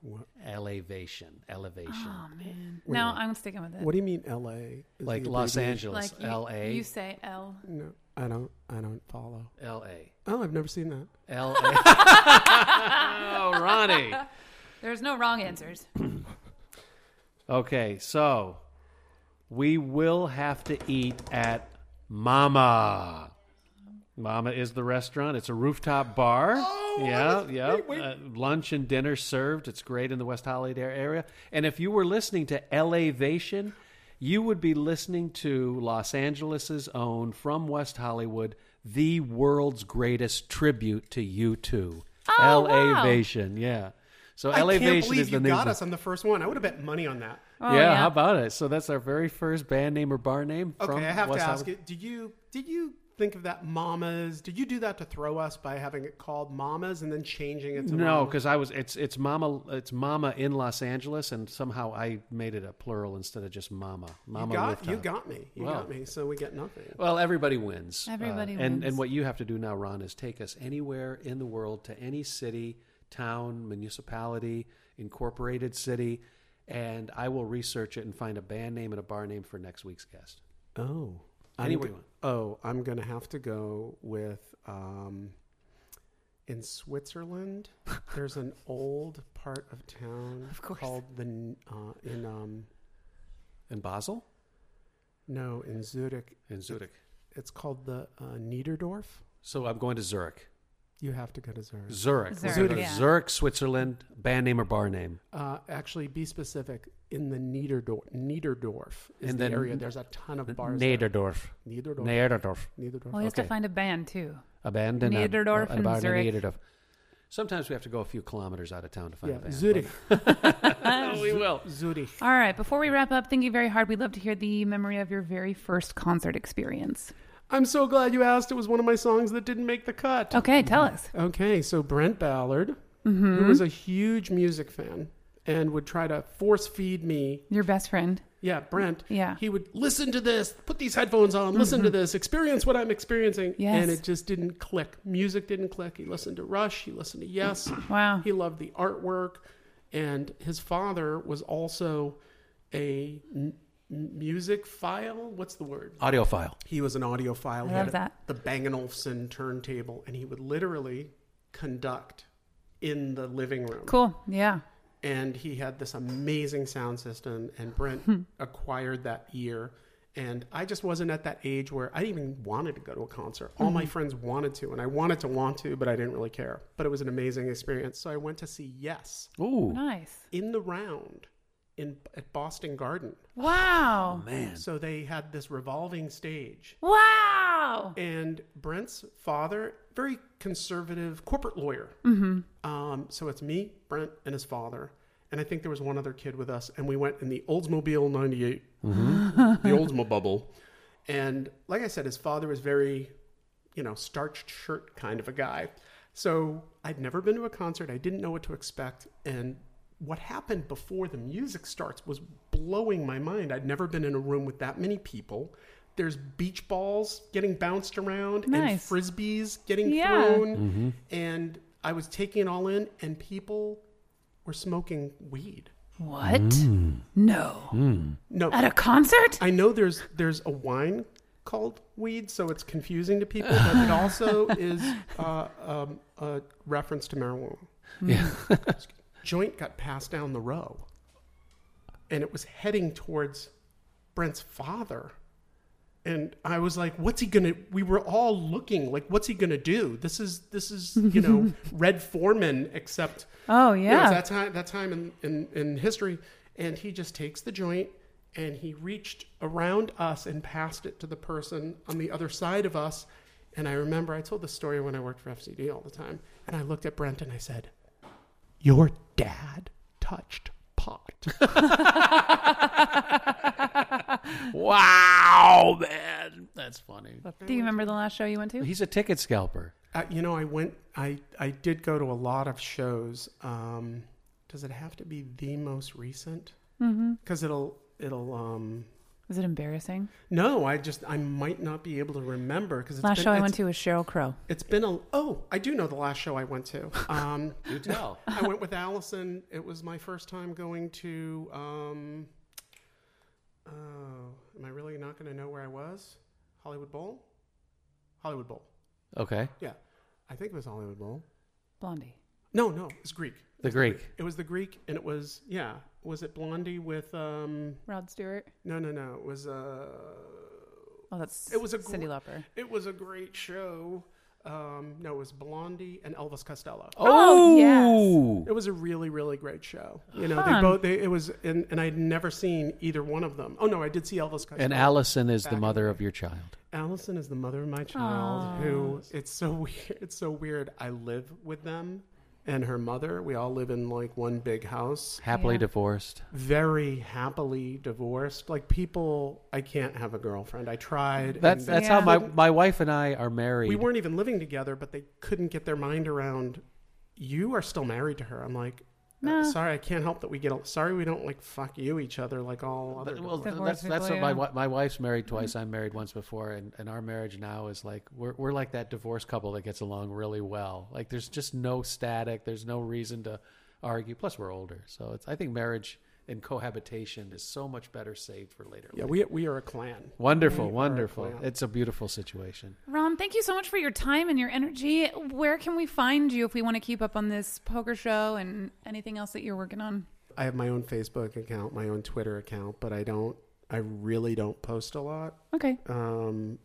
[SPEAKER 6] What-
[SPEAKER 5] Elevation. Elevation.
[SPEAKER 4] no, I'm sticking with it.
[SPEAKER 6] What do you mean LA? is
[SPEAKER 5] like
[SPEAKER 6] the
[SPEAKER 5] Los
[SPEAKER 6] abbreviation?
[SPEAKER 5] Angeles.
[SPEAKER 4] you,
[SPEAKER 5] L A.
[SPEAKER 4] you say L.
[SPEAKER 6] No, I don't I don't follow.
[SPEAKER 5] L A.
[SPEAKER 6] Oh, I've never seen that.
[SPEAKER 5] L A. *laughs* Oh, Ronnie.
[SPEAKER 4] There's no wrong
[SPEAKER 5] *clears throat*
[SPEAKER 4] answers.
[SPEAKER 5] Okay, so we will have to eat at Mama. Mama is the restaurant. It's a rooftop bar. Oh, yeah, yeah. Uh, lunch and dinner served. It's great in the West Hollywood area. And if you were listening to Elevation, you would be listening to Los Angeles' own from West Hollywood, the world's greatest tribute to you two.
[SPEAKER 4] Oh, wow.
[SPEAKER 5] Elevation, yeah. So
[SPEAKER 6] I can't
[SPEAKER 5] Elevation
[SPEAKER 6] believe
[SPEAKER 5] is the
[SPEAKER 6] you
[SPEAKER 5] name.
[SPEAKER 6] got us on the first one. I would have bet money on that.
[SPEAKER 4] Oh,
[SPEAKER 5] yeah,
[SPEAKER 4] yeah.
[SPEAKER 5] how about it? So that's our very first band name or bar name.
[SPEAKER 6] Okay,
[SPEAKER 5] from
[SPEAKER 6] I have
[SPEAKER 5] West
[SPEAKER 6] to ask
[SPEAKER 5] Hollywood.
[SPEAKER 6] it. Did you did you think of that mamas? Did you do that to throw us by having it called mamas and then changing it to
[SPEAKER 5] No,
[SPEAKER 6] Mama?
[SPEAKER 5] because I was it's it's mama it's mama in Los Angeles, and somehow I made it a plural instead of just mama. Mama
[SPEAKER 6] you got
[SPEAKER 5] rooftop.
[SPEAKER 6] you got me. You
[SPEAKER 5] Wow.
[SPEAKER 6] got me. So we get nothing.
[SPEAKER 5] Well, everybody wins. Uh,
[SPEAKER 4] Everybody
[SPEAKER 5] And
[SPEAKER 4] wins.
[SPEAKER 5] and what you have to do now, Ron, is take us anywhere in the world to any city, town, municipality, incorporated city, and I will research it and find a band name and a bar name for next week's guest.
[SPEAKER 6] Oh,
[SPEAKER 5] Anywhere
[SPEAKER 6] I'm,
[SPEAKER 5] you
[SPEAKER 6] go-
[SPEAKER 5] want.
[SPEAKER 6] Oh, I'm gonna have to go with um, in
[SPEAKER 5] *laughs*
[SPEAKER 6] Switzerland. there's an old part of town called the N- uh, in um
[SPEAKER 5] In Basel,
[SPEAKER 6] no in Zurich.
[SPEAKER 5] in Zurich.
[SPEAKER 6] It's called the uh, Niederdorf.
[SPEAKER 5] So I'm going to Zurich.
[SPEAKER 6] You have to go to Zurich.
[SPEAKER 5] Zurich.
[SPEAKER 4] Zurich,
[SPEAKER 5] Zurich,
[SPEAKER 4] yeah.
[SPEAKER 5] Zurich, Switzerland. Band name or bar name?
[SPEAKER 6] Uh, actually, be specific. In the Niederdorf, Niederdorf is
[SPEAKER 5] In
[SPEAKER 6] the,
[SPEAKER 5] the
[SPEAKER 6] area.
[SPEAKER 5] N-
[SPEAKER 6] There's a ton of bars. there.
[SPEAKER 5] Nederdorf.
[SPEAKER 6] Niederdorf.
[SPEAKER 5] Nederdorf.
[SPEAKER 6] Niederdorf.
[SPEAKER 4] Well, he has to
[SPEAKER 5] Okay.
[SPEAKER 4] find a band too.
[SPEAKER 5] A band and a-
[SPEAKER 4] Nederdorf
[SPEAKER 5] a,
[SPEAKER 4] and
[SPEAKER 5] bar
[SPEAKER 4] Zurich.
[SPEAKER 5] Nederdorf. Sometimes we have to go a few kilometers out of town to find
[SPEAKER 6] yeah,
[SPEAKER 5] a band.
[SPEAKER 6] Zurich.
[SPEAKER 5] but- we will.
[SPEAKER 6] Zurich.
[SPEAKER 4] All right, before we wrap up, thank you very hard. We'd love to hear the memory of your very first concert experience.
[SPEAKER 6] I'm so glad you asked. It was one of my songs that didn't make the cut.
[SPEAKER 4] Okay, tell us.
[SPEAKER 6] Okay, so Brent Ballard, who was a huge music fan and would try to force feed me.
[SPEAKER 4] Your best friend.
[SPEAKER 6] Yeah, Brent.
[SPEAKER 4] Yeah.
[SPEAKER 6] He would listen to this, put these headphones on, listen to this, experience what I'm experiencing.
[SPEAKER 4] Yes.
[SPEAKER 6] And it just didn't click. Music didn't click. He listened to Rush, he listened to Yes.
[SPEAKER 4] Wow.
[SPEAKER 6] He loved the artwork. And his father was also a n- music file. What's the word?
[SPEAKER 5] Audiophile.
[SPEAKER 6] He was an audiophile. he
[SPEAKER 4] love
[SPEAKER 6] had a-
[SPEAKER 4] that.
[SPEAKER 6] The Bang & Olufsen turntable, and he would literally conduct in the living room.
[SPEAKER 4] Cool. Yeah.
[SPEAKER 6] And he had this amazing sound system, and Brent
[SPEAKER 4] Hmm.
[SPEAKER 6] acquired that year. And I just wasn't at that age where I even wanted to go to a concert. All
[SPEAKER 4] Hmm.
[SPEAKER 6] my friends wanted to, and I wanted to want to, but I didn't really care. But it was an amazing experience. So I went to see Yes
[SPEAKER 5] Ooh.
[SPEAKER 4] Nice.
[SPEAKER 6] in the round in at Boston Garden.
[SPEAKER 4] Wow.
[SPEAKER 5] Oh, Man.
[SPEAKER 6] So they had this revolving stage.
[SPEAKER 4] Wow.
[SPEAKER 6] And Brent's father, very conservative corporate lawyer. Um, so it's me, Brent, and his father. And I think there was one other kid with us. And we went in the Oldsmobile 98, the Oldsmobubble. And like I said, his father was very, you know, starched shirt kind of a guy. So I'd never been to a concert. I didn't know what to expect. And what happened before the music starts was blowing my mind. I'd never been in a room with that many people. There's beach balls getting bounced around and
[SPEAKER 4] Nice.
[SPEAKER 6] frisbees getting
[SPEAKER 4] Yeah.
[SPEAKER 6] thrown. And I was taking it all in, and people were smoking weed.
[SPEAKER 4] What?
[SPEAKER 5] Mm.
[SPEAKER 4] No.
[SPEAKER 6] No,
[SPEAKER 4] At a concert?
[SPEAKER 6] I know there's there's a wine called weed, so it's confusing to people, but it also is uh, um, a reference to marijuana.
[SPEAKER 1] Yeah.
[SPEAKER 6] Joint got passed down the row, and it was heading towards Brent's father. And I was like, "What's he gonna?" We were all looking like, "What's he gonna do?" This is this is you know Red Foreman, except
[SPEAKER 4] Oh
[SPEAKER 6] you know, it's
[SPEAKER 4] yeah.
[SPEAKER 6] that time that time in, in, in history. And he just takes the joint and he reached around us and passed it to the person on the other side of us. And I remember I told the story when I worked for FCD all the time. And I looked at Brent and I said, Your dad touched pot. *laughs*
[SPEAKER 1] Wow, man. That's funny.
[SPEAKER 4] Do you remember the last show
[SPEAKER 5] *laughs*
[SPEAKER 4] you went to?
[SPEAKER 1] He's a ticket scalper.
[SPEAKER 6] Uh, you know, I went, I, I did go to a lot of shows. Um, does it have to be the most recent? Because it'll, it'll, um,
[SPEAKER 4] Was it embarrassing?
[SPEAKER 6] no, I just, I might not be able to remember because
[SPEAKER 4] Last show I went to was Cheryl Crow.
[SPEAKER 6] It's been a oh, I do know the last show I
[SPEAKER 4] *laughs*
[SPEAKER 6] went to. Um,
[SPEAKER 1] Do
[SPEAKER 5] *laughs*
[SPEAKER 1] tell.
[SPEAKER 6] I went with Allison. It was my first time going to. Um, oh, am I really not going to know where I was? Hollywood Bowl. Hollywood Bowl.
[SPEAKER 1] Okay.
[SPEAKER 6] Yeah, I think it was Hollywood Bowl.
[SPEAKER 4] Blondie.
[SPEAKER 6] No, no, it's Greek.
[SPEAKER 1] The Greek.
[SPEAKER 6] It was the Greek, and it was yeah. Was it Blondie with um?
[SPEAKER 4] Rod Stewart.
[SPEAKER 6] No, no, no. It was uh.
[SPEAKER 4] Oh, that's
[SPEAKER 6] It was a
[SPEAKER 4] Cindy
[SPEAKER 6] gr-
[SPEAKER 4] Lauper.
[SPEAKER 6] It was a great show. Um, no, it was Blondie and Elvis Costello.
[SPEAKER 4] Oh,
[SPEAKER 6] It was a really, really great show. You know,
[SPEAKER 4] Fun.
[SPEAKER 6] they both they it was and, and I'd never seen either one of them. Oh no, I did see Elvis Costello.
[SPEAKER 1] And Allison is the mother of your child.
[SPEAKER 6] Allison is the mother of my child who it's so *laughs* weird it's so weird. I live with them and her mother. We all live in like one big house.
[SPEAKER 1] Happily
[SPEAKER 4] Yeah.
[SPEAKER 1] divorced.
[SPEAKER 6] Very happily divorced. Like people I can't have a girlfriend. I tried
[SPEAKER 1] That's
[SPEAKER 6] and
[SPEAKER 1] that's how my, my wife and I are married.
[SPEAKER 6] we weren't even living together, but they couldn't get their mind around you are still married to her. I'm like, uh,
[SPEAKER 4] Nah.
[SPEAKER 6] sorry, I can't help that we get. al- Sorry, we don't like fuck you each other like all other.
[SPEAKER 1] But- well,
[SPEAKER 6] girls.
[SPEAKER 1] th- that's
[SPEAKER 4] Divorced
[SPEAKER 1] that's what
[SPEAKER 4] people, Mm-hmm.
[SPEAKER 1] my wi- my wife's married twice. I'm married once before, and, and our marriage now is like we're we're like that divorced couple that gets along really well. Like there's just no static. There's no reason to argue. Plus we're older, so it's I think marriage and cohabitation is so much better saved for later.
[SPEAKER 6] yeah,
[SPEAKER 1] life.
[SPEAKER 6] we we are a clan.
[SPEAKER 1] wonderful,
[SPEAKER 6] we are
[SPEAKER 1] wonderful.
[SPEAKER 6] clan.
[SPEAKER 1] It's a beautiful situation.
[SPEAKER 4] Ron, thank you so much for your time and your energy. Where can we find you if we want to keep up on this poker show and anything else that you're working on?
[SPEAKER 6] I have my own Facebook account, my own Twitter account, but I don't. I really don't post a lot.
[SPEAKER 4] Okay.
[SPEAKER 6] Um,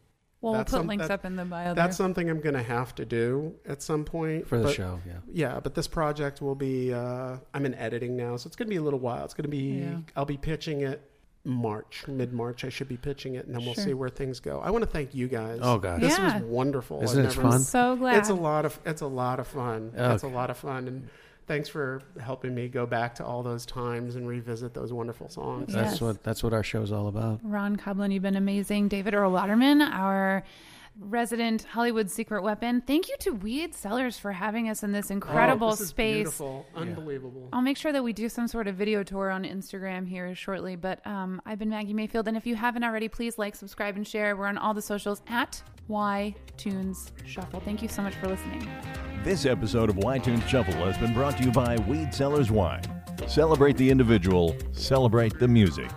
[SPEAKER 4] Well, we'll
[SPEAKER 6] That's
[SPEAKER 4] put
[SPEAKER 6] some-
[SPEAKER 4] links
[SPEAKER 6] that-
[SPEAKER 4] up in the bio.
[SPEAKER 6] that's
[SPEAKER 4] there.
[SPEAKER 6] something I'm gonna have to do at some point
[SPEAKER 1] For the
[SPEAKER 6] but-
[SPEAKER 1] show, yeah.
[SPEAKER 6] Yeah, but this project will be. Uh, I'm in editing now, so it's going to be a little while. It's going to be.
[SPEAKER 4] Yeah.
[SPEAKER 6] I'll be pitching it March, mid March. I should be pitching it, and then we'll
[SPEAKER 4] Sure.
[SPEAKER 6] see where things go. I want to thank you guys.
[SPEAKER 1] Oh, God.
[SPEAKER 6] this
[SPEAKER 4] Yeah.
[SPEAKER 6] was wonderful.
[SPEAKER 1] Isn't
[SPEAKER 6] I've
[SPEAKER 1] it
[SPEAKER 6] never-
[SPEAKER 1] fun?
[SPEAKER 4] I'm so glad.
[SPEAKER 6] It's a lot of. It's a lot of fun.
[SPEAKER 1] Oh,
[SPEAKER 6] It's a lot of fun, and thanks for helping me go back to all those times and revisit those wonderful songs.
[SPEAKER 4] Yeah.
[SPEAKER 1] That's
[SPEAKER 4] Yes.
[SPEAKER 1] what that's what our show's all about.
[SPEAKER 4] Ron Coblin, you've been amazing. David Earl Waterman, our resident Hollywood secret weapon. Thank you to Weed Sellers for having us in this incredible
[SPEAKER 6] Oh, this is
[SPEAKER 4] space.
[SPEAKER 6] beautiful, unbelievable.
[SPEAKER 4] I'll make sure that we do some sort of video tour on Instagram here shortly. But um, I've been Maggie Mayfield, and if you haven't already, please like, subscribe, and share. We're on all the socials at Y Tunes Shuffle. Thank you so much for listening.
[SPEAKER 3] This episode of Wine Tunes Shuffle has been brought to you by Weed Sellers Wine. Celebrate the individual, celebrate the music.